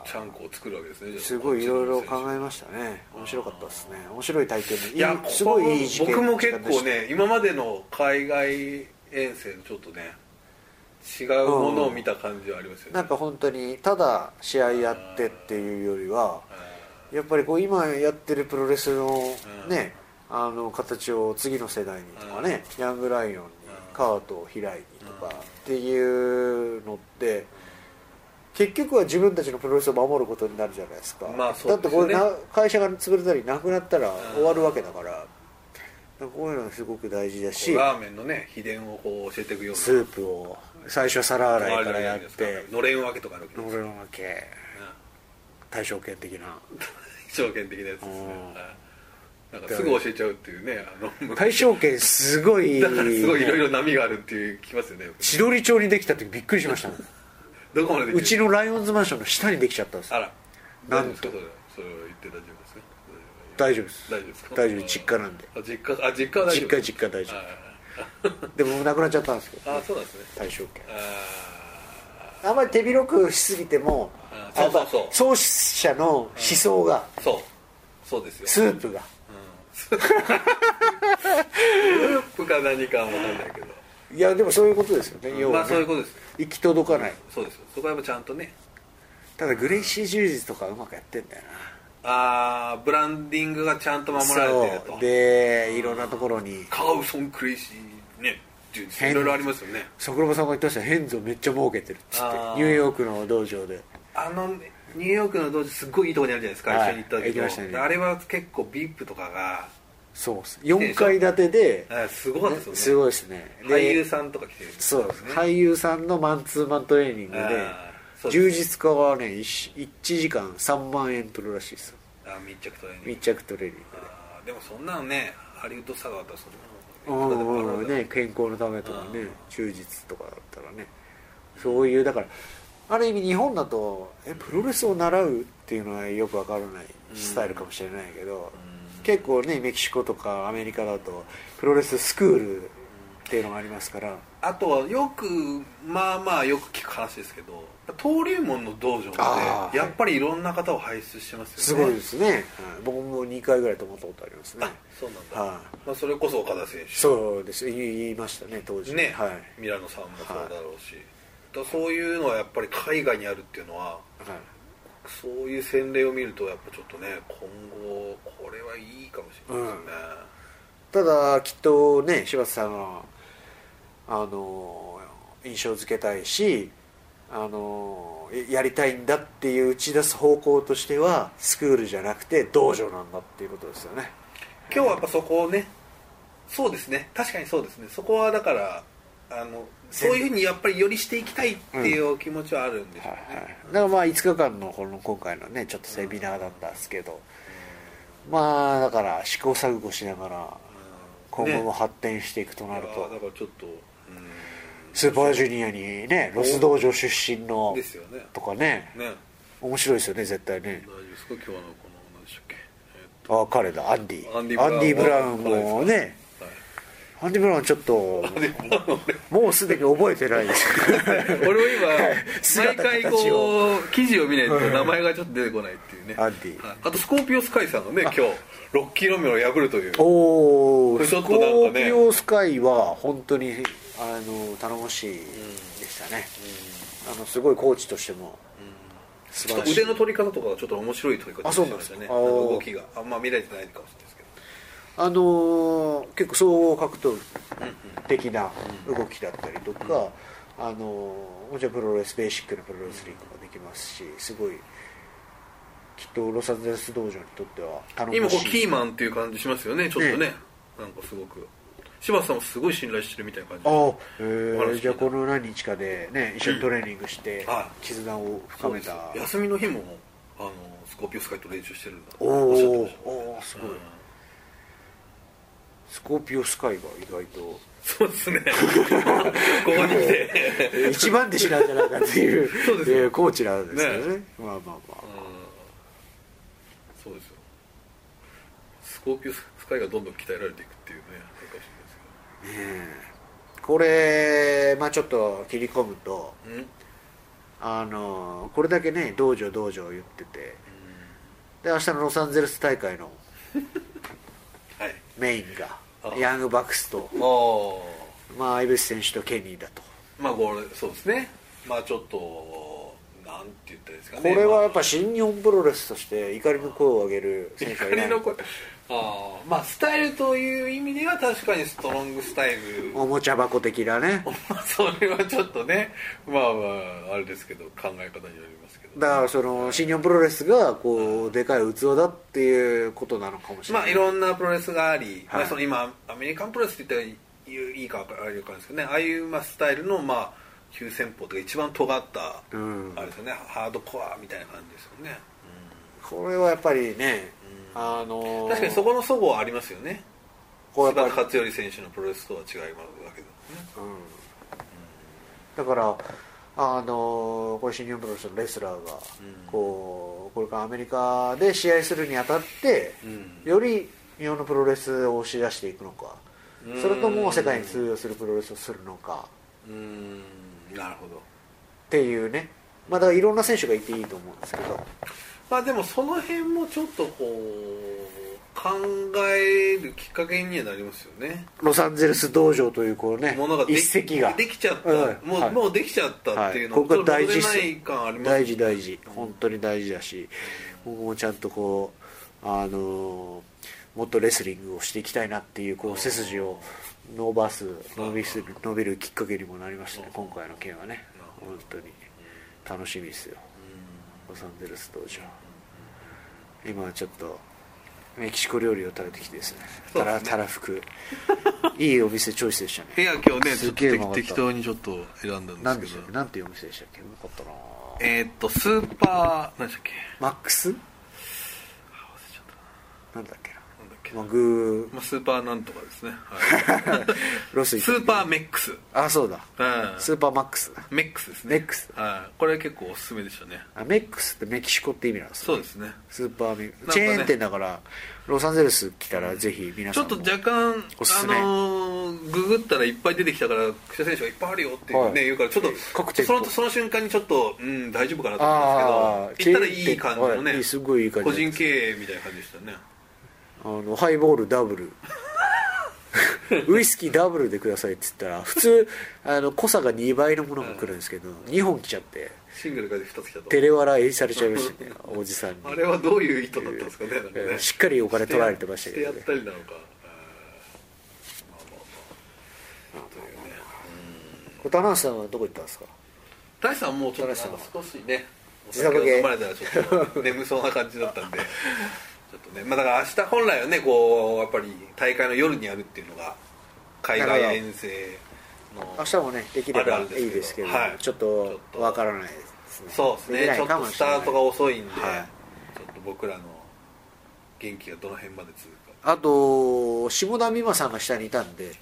ー
ちゃんこを作るわけですねじゃあ
すごいいろいろ考
こっ
えましたね面白かったですね面白い体験も
ちの選手いや
いいすごいいい
ここ
事件
僕も結
でし
構
た
ね今までの海外遠征のちょっとね違うものを見た感じはありますよね、
なんか本当にただ試合やってっていうよりはやっぱりこう今やってるプロレスのねあの形を次の世代にとかねヤングライオンにカートを開いにとかっていうのって結局は自分たちのプロレスを守ることになるじゃないですか、
まあそ
だ
う
っ
で
て
すよ
こ
ね
れな会社が潰れたりなくなったら終わるわけだからなんかこういうのがすごく大事だ
こ
し
うラーメンのね秘伝をこう教えていくような
スープを最初は皿洗いからや
あ
っ
れ
て
のれん分けとかあるわけです
俺
よね
の負け対象圏的な
証券的なやつですね
うん
なんかすぐ教えちゃうっていうねあの
対象圏すごい
だからすごいいろいろ波があるっていう聞きますよねよく
千鳥町にできた時びっくりしましたもん
どこまでできる
うちのライオンズマンションの下にできちゃったんです
あら
な
大丈夫
ん
です
と
かそれそれを言って大丈夫ですか
大丈夫です
大丈夫ですか
大丈夫実家なんで
あ実家あ実家は大丈
実
夫
家実家大丈
あ
夫でもなくなっちゃったんですけど
ああそうなんですね
対象圏
ああ
あんまり手広くしすぎても
あー
やっぱ
そう
創始者の思想が
そうそうですよ
スープが
服か何かは分かんないけど
いやでもそういうことですよね要
まあ
は
そういう
ね
ことです
行き届かない
そうですよそこはやっぱちゃんとね
ただグレイシー充実とかうまくやってんだよな
ああブランディングがちゃんと守られてる
そう
と
でいろんなところに
カウソンクレイシーねい
変
ろいろありますよね
桜庭さんが言ってましたヘンズをめっちゃ儲けてるっつって
あー
ニューヨークの道場で
あのニューヨークの道場すっごいいいとこにあるじゃないですか、
は
一
い
緒に行った時も
行きましたね
であれは結構 VIP とかが
そうです4階建てで、
あすごかったですよね
すごいですねで
俳優さんとか来てる
そうです俳優さんのマンツーマントレーニング
あ
で
ーそうです
充実家はね 1, 時間3万円取るらしいですよ
あ密着トレーニング
密着トレーニン
あーでもそんなのねハリウッドサガーだったらそ
グ
ん
で
なの
うんうんね健康のためとかね充実とかだったらねそういうだからある意味日本だとえプロレスを習うっていうのはよくわからないスタイルかもしれないけど、結構ねメキシコとかアメリカだとプロレススクールっていうのがありますから、
あとはよくまあまあよく聞く話ですけど登竜門の道場
あ
っ
ー
てやっぱりいろんな方を輩出してますよね
すごいですね、はい僕も2回ぐらい泊まったことありますね
あそうなんだ、
は
まあ、それこそ岡田選手
そうです言い言いましたね当時
ね、
はい
ミラノさんもそうだろうし、だからそういうのはやっぱり海外にあるっていうのは
はい
そういう洗礼を見るとやっぱちょっとね今後これはいいかもしれないですね、
ただきっとね柴田さんはあの印象付けたいしあのやりたいんだっていう打ち出す方向としてはスクールじゃなくて道場なんだっていうことですよね
今日はやっぱそこをねそうですね確かにそうですねそこはだからあのそういうふうにやっぱりよりしていきたいっていうお気持ちはあるんでしょうね、
だからまあ5日間のこの今回のねちょっとセミナーだったんですけど、まあだから試行錯誤しながら今後も発展していくとなる
い
と、
やだからちょっと、
スーパージュニアにねロス道場出身
う
の
ん、ですよね
とかね
ね
面白いですよね絶対ね
大丈夫ですか今日はあのこの何でしたっけ、
あ彼だアンディ
アンディブラウン
ブラウンもねアンディ・ブラウンちょっともうすでに覚えてないです
えっとはい、 俺も今毎
姿
回
形を
こう記事を見ないと名前がちょっと出てこないっていうね
アンディ
はいあとスコーピオスカイさんがね今日ロッキーロメロを破るという
おお
これ
ス
ちょ
コ
っとなんかね
ーピオスカイは本当にあの頼もしいでしたね、あのすごいコーチとしても素
ち
晴
ょっ
ら
と
しい
腕の取り方とかがちょっと面白い取り方
あそうなんです
よ
か
ね
あ
なんか
ー
動きがあんま見られてないかもしれないですけど
あのー結構総合格闘技的な動きだったりとか、あのーもちろんプロレスベーシックなプロレスリングもできますしすごいきっとロサンゼルス道場にとっては頼
今
も
こうキ
しい
ーマンっていう感じしますよねちょっとね
ね
なんかすごく柴田さんもすごい信頼してるみたいな感じ
ああ、え
お話して
ー、
た
じゃあこの何日かで、ね、一緒にトレーニングして、
うんはい
絆を
そ
深
う
め
です
た
よ休みの日もあのスコーピオスカイと練習してるんだ
お
っしゃっ
ー
て
お
ました
ーすごい、スコーピオスカイが意外と
そうですね ここに来て
えー一番弟子なんじゃないかっていう
そうですよ
えーコーチなんですけどね
ね
まあまあまあ
そうですよスコーピオスカイがどんどん鍛えられていくっていうねあれかもしれないですけど
これ、まあ、ちょっと切り込むと
うんうん
あのこれだけね道場道場言っててで明日のロサンゼルス大会の
はい
メインが
あ
ヤングバックスと、
おー
まあ、イブス選手とケニーだと
まあこれそうですねまあちょっとなんて言ったらいいですかね
これはやっ
まあ
ぱ新日本プロレスとして怒りの声を上げる選手はいな
光
い
の声あーまあスタイルという意味では確かにストロングスタイル
おもちゃ箱的なね
まあそれはちょっとねまあまああれですけど考え方によりますけど
だからその新日本プロレスがこうでかい器だっていうことなのかもしれない、
まあいろんなプロレスがあり、
はい
まあ、その今アメリカンプロレスって言ったら言ういいかあれかんですけどねああいうまあスタイルのまあ急戦法とか一番尖った、
うん
あれですよねハードコアみたいな感じですよね、
これはやっぱりね、あ
う
の
ん確かにそこの齟齬はありますよね
こ
柴
うや
田
っぱり
勝頼選手のプロレスとは違いますわけですね
うんだからあのこれ新日本プロレスのレスラーが、
うん
こうこれからアメリカで試合するにあたって、
うん
より日本のプロレスを押し出していくのか
うん
それとも世界に通用するプロレスをするのか
うんなるほど
っていうねまあだからいろんな選手がいていいと思うんですけど
まあでもその辺もちょっとこう考えるきっかけにはなりますよね
ロサンゼルス道場というこうね
ものがで
一石が
できちゃった、
うん
もう、
はい
もうできちゃったっていうの
はいここが大
ちょっ
事っ
と
す
戻れない感あります
大事大事本当に大事だし僕もちゃんとこうあのーもっとレスリングをしていきたいなっていうこう背筋を伸ばす伸びす伸びるきっかけにもなりましたね今回の件はね
なるほ
本当に楽しみですよロサンゼルス道場今はちょっとメキシコ料理を食べてきてですね
そうで
た
す
らたら ふくいいお店チョイスでしたね
部屋今日ねちょ
す
っと
げえ
適
回った
適当にちょっと選んだん
何
で
ですし
け
た
ど
っけ何ていうお店でしたっけよかったな
えーっとスーパー何でしたっけ
マックス
あ忘れちゃった
なんだっけな
なんだっけ
まあグ
まあ、スーパーなんとかですね、 はい
ーロス行っ
ス
た
ーパーメックス、
あそうだ
うん
スーパーマックス
メックスですね
メックス
はい、これ結構おすすめでしたね
あメックスってメキシコって意味なんですね
そうですね
スーパーメ
かね
チェーン店だからロサンゼルス来たらぜひ皆
ち
さ
ょ
ん
っ
も
と若干
おすす
あ
め
のーググったらいっぱい出てきたから記者選手がいっぱいあるよっていう、ね
はい
言うからちょっと
各店舗
そのその瞬間にちょっとうん大丈夫かなと思
あ
ったん
ー
ですけど行ったらいい感じの
チェーン店はいい
ね
いすごいいい感じ
個人経営みたいな感じでしたね
あのハイボールダブ ルウイスキーダブルでくださいって言ったら普通あの濃さが2倍のものが来るんですけど2本来ちゃって
シングルが2つ来た
照
と
れ笑いされちゃいましたねおじさんに
あれはどういう意図だったんですかねなんか
え
ね
ーしっかりお金取られてましたけど
してや
ね
ったりなのかうんまあまあまあというね
これ棚橋さんはどこ行ったんですか
大さんもうちょっとなん
大志さん
か
は
少しねお
自
酒
宅
を
系
飲まれたらちょっと眠そうな感じだ ったんでちょっとねまあだから明日本来はねこうやっぱり大会の夜にやるっていうのが海外遠征の
明日もねできればいいですけれども
あるんです
ちょ
け
っ
どはい
とわからないですね
そうです
き
ね
な
ちょ
い
っ
か
と
も
ス
し
タ
れない
ートが遅いんで、
はい
ちょっと僕らの元気がどの辺まで続くか
あと下田美馬さんが下 にいたんで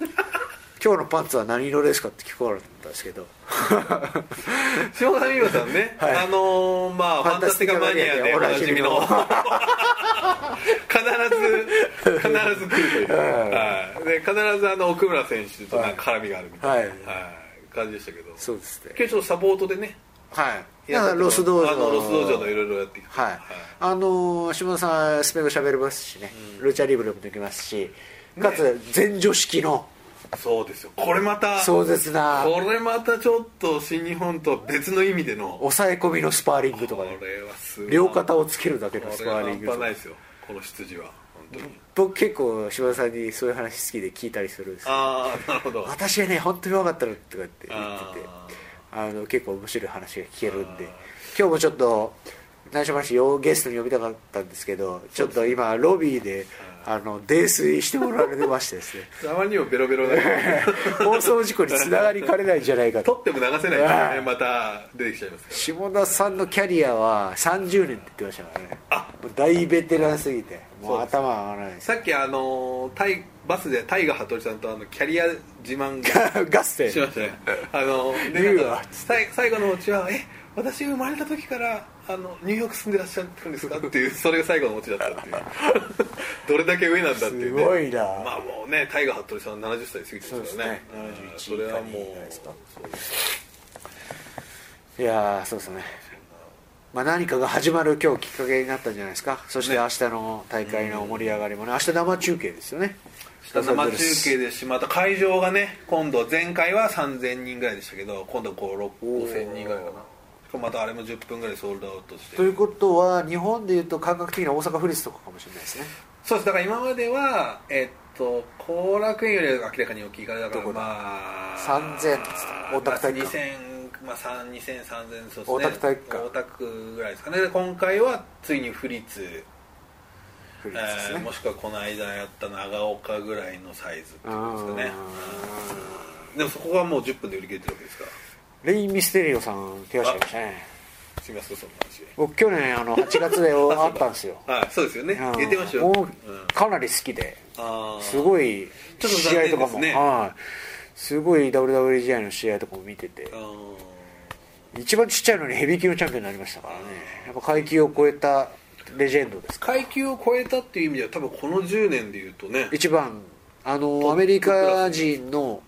今日のパンツは何色ですかって聞こえられたんですけ ど
塩田美和さんね、
はい
あのーまあフ
フ
ァ
ァ
ン
ン
タ
タ
ス
ス
テ
テ
ィカ
ィカ
マ
マ
ニ
ニ
ア
ア
で
で
お
お
な
な
じ
じ
み
み
の
の
必ず必ず来ると いう、はい、で必ずあの奥村選手となんか絡みがあるみたいな、
はい
はい感じでしたけど
そうですね
今日ちょっとサポートでね
はいだ
やって
から
て
ロス道場
あのロス道場のいろいろやってきて
はい、あのー下田さんスペイン語喋れますしね、ルチャリブロもできますしかつ全女式の
そうですよこれまた
壮絶な
これまたちょっと新日本とは別の意味での
抑え込みのスパーリングと
こ
かね
れはすごい
両肩をつけるだけの
こ
ス
れ
パ
は
ーリ
半
ングと
端な
か
いですよこの出自は本当に
僕結構柴田さんにそういう話好きで聞いたりするんですけど
ああなるほど
私はね本当に弱かったのとか言って言ってて
あ
あの結構面白い話が聞けるんで今日もちょっと内緒話をゲストに呼びたかったんですけどちょっと今ロビーであの泥酔してもらわれてましてですね
あまりにもベロベロだから
放送事故につながりかねないんじゃないか
撮
と
っても流せないからねまた出てきちゃいますから
下田さんのキャリアは30年って言ってましたからねもう大ベテランすぎてもう頭が上がらないです
さっきあのータイバスでタイガ羽鳥さんとあのキャリア自慢
ガッセン
しましたねあのーで
言う
なん
わ
か最最後のオチは「え私生まれた時からあのニューヨーク住んでらっしゃるんですか?」っていうそれが最後のオチだったっていう どれだけ上なんだっていうね
すごいな
まあもうねタイガー服部さん70歳過ぎてます
そうです
から
ね
ねうんそ
71
れ
以
は
下
も
にいいんじゃないうですか
そうです
いやーそうですね、まあ、何かが始まる今日きっかけになったんじゃないですかそして明日の大会の盛り上がりもね明日生中継ですよね
明日生中継ですしまた会場がね今度前回は3000人ぐらいでしたけど今度はこう6 5000人ぐらいかなしかもまたあれも10分ぐらいソールドアウトして
ということは日本でいうと感覚的には大阪府立とかかもしれないですね
そうですだから今まではえっと後楽園よりは明らかに大きいからだから
どこだ
まあ
3000つった大田区体育館
まあ、2000まあ3 2000、3000そうですね
大田区体育館
大田区ぐらいですかねで今回はついに府立
府立です
えー
ね
も、しくはこの間やった長岡ぐらいのサイズっていうんですかねうんでもそこはもう10分で売り切れてるわけですから
レインミステリオさん手をしてましたね
すみませんその話
僕去年あの8月で会ったんですよ
はいそうですよね
うん
言ってましたよ、
も
うん
うかなり好きで、
あー
すごい
ちょっと
試合とかも
残念ですね
はいすごい WWE 試合の試合とかも見てて
あー
一番ちっちゃいのにヘビー級のチャンピオンになりましたからねやっぱ階級を超えたレジェンドですから
階級を超えたっていう意味では多分この10年でいうとね
一番あ
ト
のアメリカ人の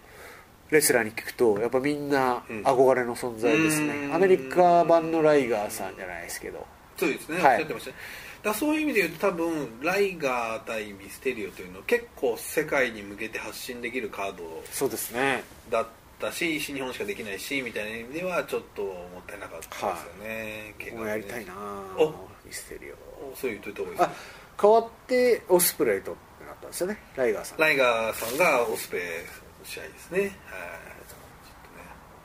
レスラーに聞くとやっぱみんな
うん
憧れの存在ですね
うん
アメリカ版のライガーさんじゃないですけど
そうですね、
は
お
い
っしゃってましたねだからそういう意味で言うと多分ライガー対ミステリオというのは結構世界に向けて発信できるカード
そうですね
だったし日本しかできないしみたいな意味ではちょっともったいなかったですよね、結
僕もやりたいな
お
ミステリオ
そう言っといた方がいいです
あ
ね
変わってオスプレイとなったんですよねライガーさん
ライガーさんがオスペの試合ですねはいちょっとねもっ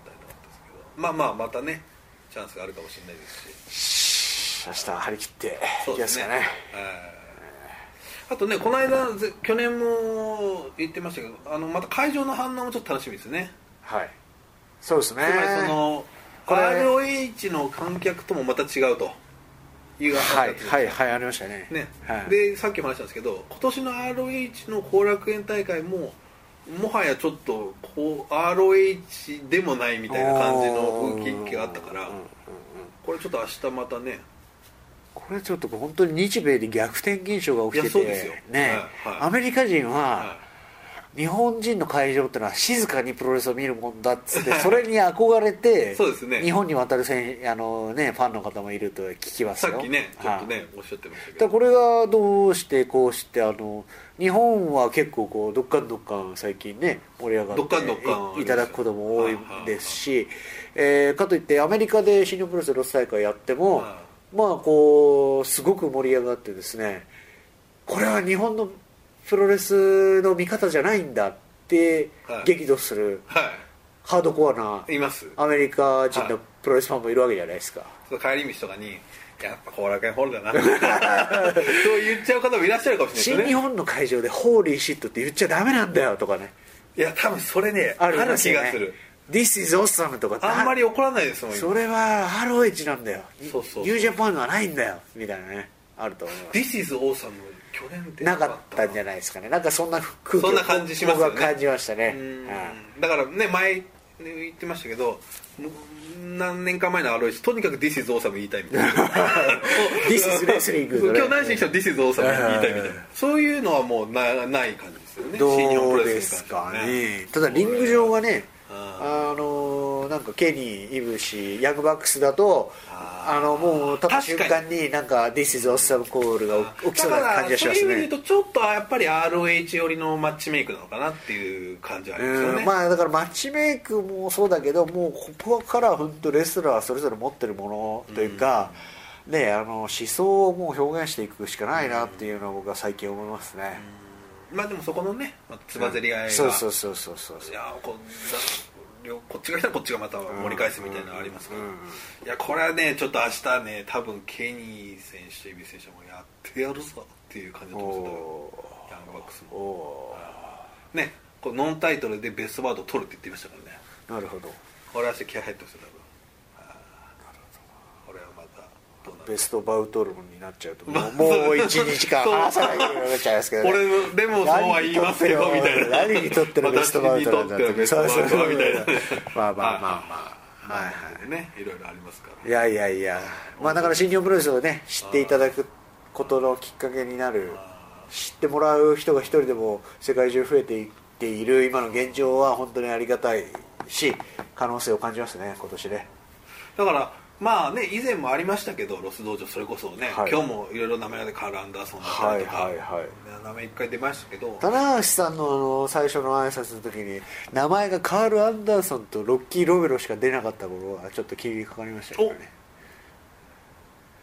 たいなかったですけどまあまあまたねチャンスがあるかもしれないですし
明日張り切って
そ
いうき
で
ますす
ね
かね
あとねこの間ぜ去年も言ってましたけどあのまた会場の反応もちょっと楽しみですね
はいそうですね
つまりその、
これ
ROH の観客ともまた違うという話だ
は
った
い
んですよ
はいはいありましたね
ね
はい、
でさっきも話したんですけど今年の ROH の後楽園大会ももはやちょっとこう ROH でもないみたいな感じの雰囲気があったから
うんうんうん
これちょっと明日またね
これちょっと本当に日米で逆転現象が起きて
い
て
やそうですよ
ね、
はいはい
アメリカ人
は
は日本人の会場ってのは静かにプロレスを見るもんだっつってそれに憧れて
そうですね
日本に渡る選あの、ね、ファンの方もいると聞きます
さ
よ
っきねちょっと
はい
ねおっしゃってましたけ
だから
ど
これがどうしてこうしてあの日本は結構こうどっかんどっかん最近ね盛り上がって
どっかんどっかん
いいただくことも多いですし、えーかといってアメリカで新日本プロレスロス大会やっても、
は
まあこうすごく盛り上がってですねこれは日本のプロレスの見方じゃないんだって
はい
激怒する
は
ハードコアない
います
アメリカ人
はい
のプロレスファンもいるわけじゃないですか。
その帰り道とかにやっぱ後楽園ホールだなそう言っちゃう方もいらっしゃるかもしれ
新
ないですね
日本の会場で「ホーリーシット」って言っちゃダメなんだよとかね
いや多分それねあ
あ
る
る
気が
んですすよね
る
This is awesome とかって
あんまり怒らないですもん今
それは ROH なんだよ
そうそう
ニュージャパンがないんだよみたいなねあると思いま
This is awesome 去年
す
で
なかったんじ
な
ゃ
い
ないですかねなんかそんな空気を
そんな感じしますよね
僕は感じましたねはい
だからね前ね言ってましたけどむ何年か前の ROH とにかく This is awesome 言いたいみたい な
This is wrestling
今日何しに来たの This is awesome 言いたいみたいなそういうのはもうなない感じですよね新日本
ど
プロ
う
レ
で
ス
す
に関
か
しては
ねただリング上はね
あ
あのーなんかケニーイブシヤングバックスだと
あー
あのもう立った瞬
確か
間になんか「This is awesome コール」が起きそうな感
だか
じがしま
らそういう意
す
味で
ね
言うとちょっとやっぱり ROH 寄りのマッチメイクなのかなっていう感じはありますよ
う
ね
んまあだからマッチメイクもそうだけどもうここから本当レスラーそれぞれ持ってるものというか、ねあの思想をもう表現していくしかないなっていうのは僕は最近思いますね、
まあでもそこのねまあつばぜり合いが
そうそうそうそうそう
いやこ両こっちが来たらこっちがまた盛り返すみたいなのありますから、いやこれはねちょっと明日ね多分ケニー選手とイビ選手もやってやるぞっていう感じだと思うんです
お
けどヤングバックス
ー
も
お
ねこうノンタイトルでベストバードを取るって言ってましたからね
ーなるほど
これは明日気合入ってますよ多分あーこれはまたどうなる
ベストバウトルになっちゃうとも
まあ
うもう1日間
そう
話さないようになっちゃいますけど、
俺もでもそうは言いますけどみたいな
何にとってのベストバウトル
私にとってのベストバウトルみたいな
まあまあまあまあ
はい
はいはい
はいねいろいろありますから
いやいやいや、まあ、だから新日本プロレスをね知っていただくことのきっかけになる知ってもらう人が一人でも世界中増えていっている今の現状は本当にありがたいし可能性を感じますね今年ね
だからまあね以前もありましたけどロス道場それこそね、
はい
今日もいろいろ名前が出てカール・アンダーソンだったりとか、
はいはいはい
名前一回出ましたけど
棚橋さんのあの最初の挨拶の時に名前がカール・アンダーソンとロッキー・ロベロしか出なかった頃はちょっと気にかかりましたけどね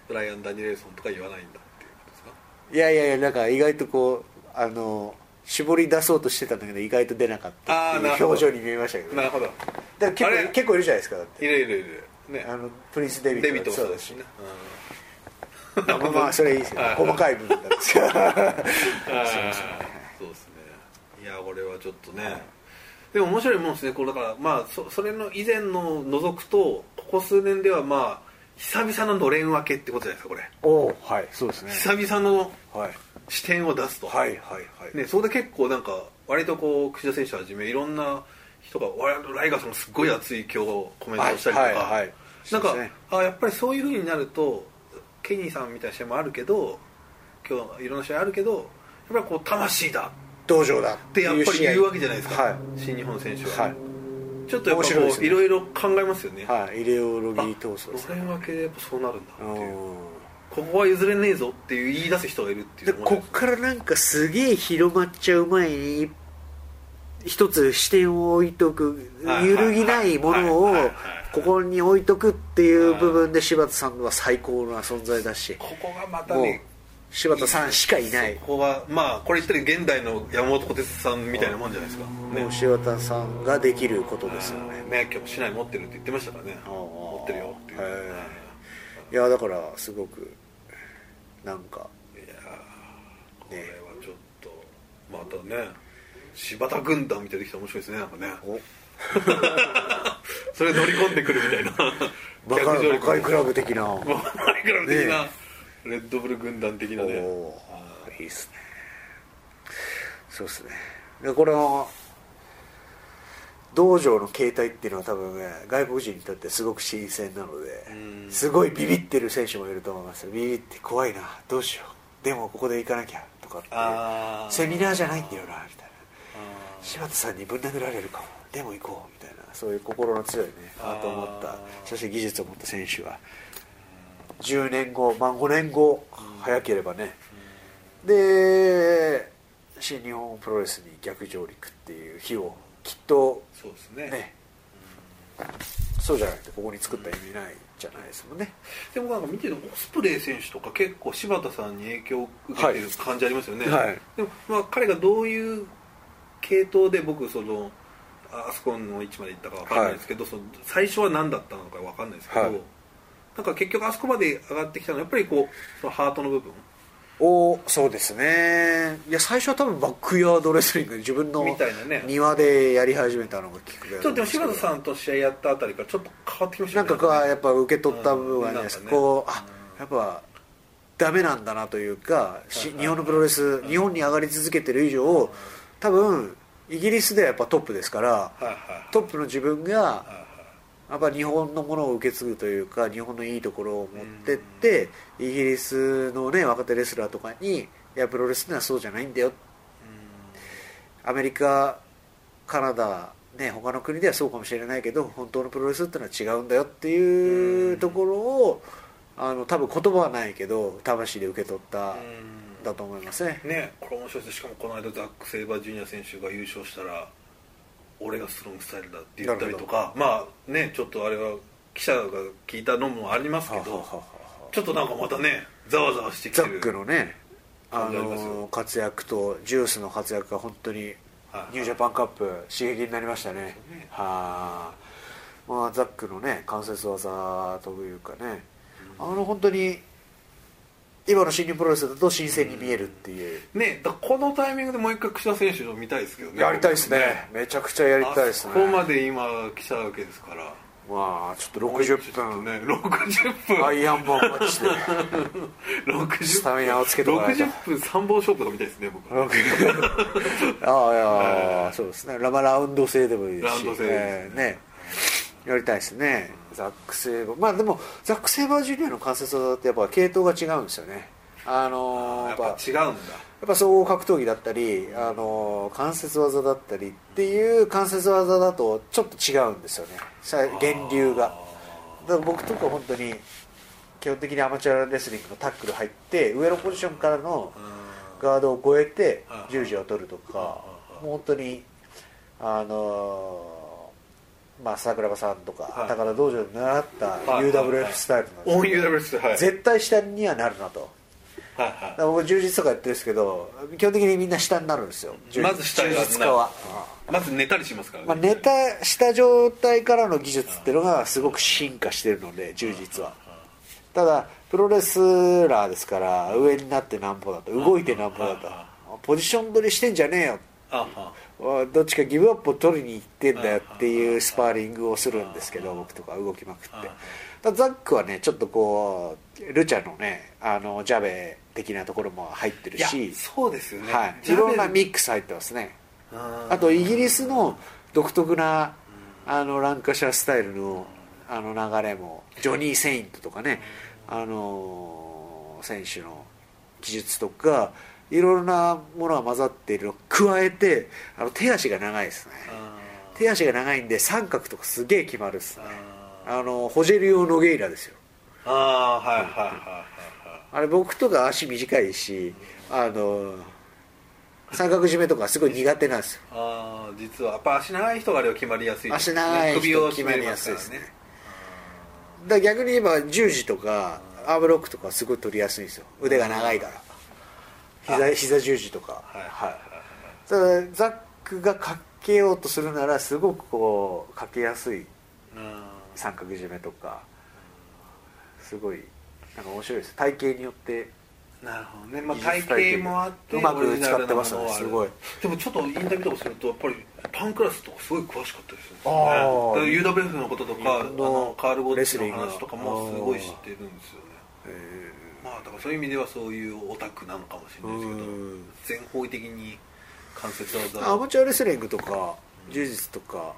ブライアン・ダニエルソンとか言わないんだっていうことですか
いやいやいやなんか意外とこうあの絞り出そうとしてたんだけど意外と出なかったって
あーないる
う
ほど
表情に見えましたけど
な
ね
るほど
だから
あ
結
れ
構結構いるじゃないですかだっ
い
て
るいるいるね
あのプリンス・デビッ
デビット
ト
もそ
もそうう
だ
だ
し
し
ね、
まあまあそれいいですよ
はい
細かい部分なんですけど
うんあーそうですねいやこれはちょっとね、でも面白いもんですねこれだからまあそそれの以前の除くとここ数年ではまあ久々ののれん分けってことじゃないですかこれ、
おおはいそうですね
久々の
はい
視点を出すと
はいはいはい
ね、それで結構なんか割とこう櫛田選手はじめいろんな人が我々のライガーさんもすっごい熱い今日コメントをしたりとか、
はいはいはい
なんか、
そうですね
あやっぱりそういう風になるとケニーさんみたいな試合もあるけど今日いろんな試合あるけどやっぱりこう魂だ
道場だ
っ
ってて
やっ
いう
ぱり
試合
言うわけじゃないですか、
はい
新日本選手は、
はい
ちょっとやっぱこ
面白
う
い
い,、
ですね
ろいろ考えますよね、
はいイレオロギー闘争
あ
です
それ
ね
わけでやっぱそうなるんだっていう
うん
ここは譲れねえぞっていう言い出す人がいるってい
で
うのも
こっからなんかすげえ広まっちゃう前に一つ視点を置いとく
はい
揺るぎないもの
はいはいはいは
を
い
ここに置いとくっていう部分で柴田さんは最高な存在だし
ここがまた
もう
ね
柴田さんしかいない
そこはまあこれ言ったら現代の山本小鉄さんみたいなもんじゃないですかね
もう柴田さんができることですよね
ね今日市内持ってるって言ってましたからね
あー
持ってるよっていう、
へいやだからすごくなんか
いやーこれはちょっとまたね柴田軍団みたいにできたら面白いですねなんかね
お
それ乗り込んでくるみたい な
バカ
逆上
バ
陸
カイクラブ的 なお
バカイクラブ的な、
ね
レッドブル軍団的なね
おーいいっすねそうっすねでこれは道場の形態っていうのは多分ね外国人にとってすごく新鮮なので
うん
すごいビビってる選手もいると思いますビビって怖いなどうしようでもここで行かなきゃとかって
あ
いう
ー
セミナーじゃないんだよなみたいな
あ
柴田さんにぶん殴られるかもでも行こうみたいなそういう心の強いね
あー
アートを持ったそして技術を持った選手は10年後、まあ、5年後早ければねで新日本プロレスに逆上陸っていう日をきっと
ーそうですね
ねそうじゃないとここに作った意味ないじゃないですもんね
でもなんか見てるオスプレイ選手とか結構柴田さんに影響を受けてる感じありますよね、
はい
でもまあ彼がどういう系統で僕そのああそこの位置まで行ったかわかんないですけど、その最初は何だったのかわかんないですけど、
はい
なんか結局あそこまで上がってきたのはやっぱりこうそのハートの部分
おそうですねいや最初は多分バックヤードレスリングで自分の
みたいなね
庭でやり始めたのがきっかけだ
ち
と
ょっとで
思う
も
んすけど
柴田さんと試合やったあたりからちょっと変わってきました
なんかこうや
ね
っぱ受け取った部分はね、
うん
こ
な
う
んか
あ
ね
やっぱダメなんだなというか、し
はいはい
日本のプロレス、日本に上がり続けてる以上、多分イギリスではやっぱトップですから、
はいはい
トップの自分が
はいはい
やっぱ日本のものを受け継ぐというか日本のいいところを持ってって、イギリスのね若手レスラーとかにいやプロレスってのはそうじゃないんだよアメリカカナダね他の国ではそうかもしれないけど本当のプロレスってのは違うんだよっていうところをあの多分言葉はないけど魂で受け取った
うん
んだと思いますね
ねこれ面白いですしかもこの間ザック・セイバージュニア選手が優勝したら俺がスロングスタイルだって言ったりとかまあねちょっとあれは記者が聞いたのもありますけどちょっとなんかまたねざわざわしてきて
ザ
る
ックのね
感
あ
じありますよ
の活躍とジュースの活躍が本当に
はい
ニュージャパンカップ刺激になりましたね
そうね
はあまあザックのね関節技というかねあの本当に今の新日本プロレスだと新鮮に見えるっていう
ねだからこのタイミングでもう一回櫛田選手の見たいですけどね
やりたいですねめちゃくちゃやりたいですね
あそこまで今来たわけですから
まあちょっと60
ちょっと
分、
ね60
ア
分
イアンマンマッチで
60
スタミナをつけてもらえた
60分三本勝負とか見たいですね僕は
ああいやそうですねラマラウンド制でもいいですし
ラウンド制ですね
えーねやりたいですねザック・セイバーまあでもザック・セイバージュニアの関節技ってやっぱ系統が違うんですよねあ
や
のー
っ
やっ
ぱ
ぱ
違うんだ
やっぱ総合格闘技だったり、あのー関節技だったりっていう関節技だとちょっと違うんですよねさ源流がだから僕とか本当に基本的にアマチュアレスリングのタックル入って上のポジションからの
うん
ガードを越えて
はい
十字を取るとか
はい
もう本当にあのーまあ桜庭さんとか
はい
高田道場で習った
はい
UWF スタイルなんです
オンユーダブルスはいはい
絶対下にはなるなとだ
は
から僕充実とかやってるんですけど基本的にみんな下になるんですよ充実
まず下になる
充実家
い
は、
まず寝たりしますから
う
ね
んまあ、寝たした状態からの技術っていうのがすごく進化してるので充実はただプロレスラーですから上になってなんぼだと動いてなんぼだと
あ
ポジション取りしてんじゃねえよ
ああ
おいどっちかギブアップを取りに行ってんだよっていうスパーリングをするんですけど僕とか動きまくって
ああ
ただザックはねちょっとこうルチャのねあのジャベ的なところも入ってる
いや
し、
そうですよね
はい、いろんなミ
ッ
ックス入ってますね
あ
あとイギリスの独特なあのランカシャースタイルのあの流れもジョニー・セイントとかねあの選手の技術とかいろんなものが混ざっているのを加えてあの手足が長いですね手足が長いんで三角とかすげえ決まるっすねあのホジェリオ・ノゲイラですよ
あーはいはいはいはいはい
あれ僕とか足短いしあの三角締めとかすごい苦手なんですよ
ああ実はやっぱ足長い人があれは決まりやすいですね
足長い人
首を
決
決
ま
め
り
り
や
や
す
す
い
い
で
ですす
ね
ね
だから逆に言えば十字とかアームロックとかすごい取りやすいんですよ腕が長いから膝膝十字とか
はいはい
はいただザックがかけようとするならすごくこうかけやすい
うん
三角締めとかすごいなんか面白いです体型によって
なるほどね、まあ、体型もあって
うま
オリ
く
ジナ
使っ
ル
て
な
ま
も
す
の
ね
はあ
す
る
ごい
でもちょっとインタビューとかするとやっぱりパンクラスとかすごい詳しかったですよね
あー
だから UWF のこととかあ
日本の
のカール・ゴッチの
レスリングの
話とかもすごい知ってるんですよね
え
まあだからそういう意味ではそういうオタクなのかもしれない
うん
ですけど全方位的に関節技
ーアマチュアレスリングとか柔術とか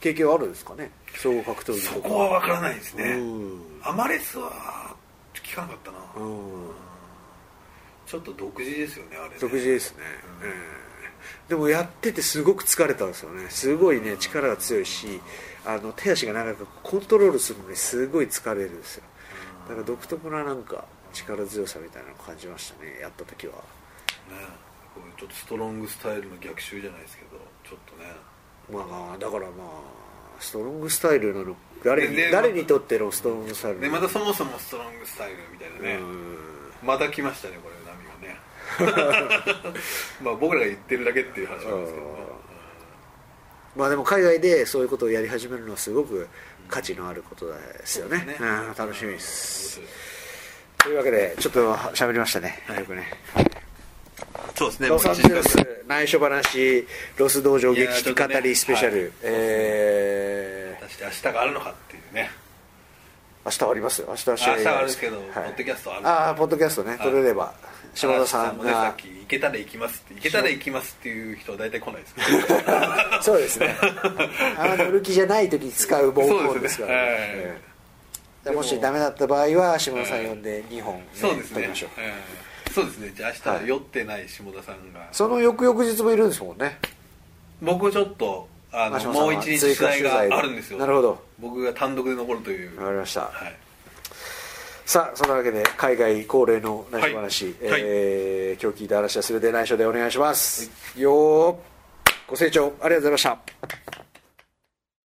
経験はあるんですかね総合格闘技と
そ
か
こは分からないですね
うん
アマレスは聞かなかったな
うん
ちょっと独自ですよねあれね
食事ですね、ええでもやっててすごく疲れたんですよねすごいね力が強いしあの手足が長くコントロールするのにすごい疲れるんですよだから独特ななんか力強さみたいなのを感じましたねやった時は
ねこういうちょっとストロングスタイルの逆襲じゃないですけどちょっとね
まあだからまあストロングスタイルなの誰に
でで
誰にとってのストロングスタイル
で
な
ま
の
たそもそもストロングスタイルみたいなね、
うん
また来ましたねこれ波が ねまあ僕らが言ってるだけっていう話なんですけどね
まあでも海外でそういうことをやり始めるのはすごく価値のあることですよね
ね
うん楽しみですというわけでちょっと喋りましたね、よくね
そうですね
ロ
もう
サン
一時
ゼ
間
ルス内緒話ロス道場激
いや
聞
ーちょ
語
っとね
りスペシャル、
はい
え
果たして明日があるのかっていうね
ー明日はありますよ明日は試合
明日はあるんですけどポッドキャストはある
ああーポッドキャストね、取れれば島田さん
もねさ
が
っき行けたら行きますって行けたら行きますっていう人は大体来ないですから
そうで すねあの乗る気じゃない時に使うボールですから、ね
そうですねはい
えーでもしダメだった場合は島田さん呼んで2本、ね
そうです
撮り
ね
ましょう、
うんそうですねじゃあ明日は酔ってない下田さんが、
その翌々日もいるんですもんね
僕ちょっとあ
真
の
島さん
もう
は
一日取
追加
材
取材で
があるんですよ
なるほど
僕が単独で残るという
わかりました、
はい
さあそんなわけで海外恒例の内緒話、
はいはい
えー今日聞いた話は全て内緒でお願いします、よーご清聴ありがとうございました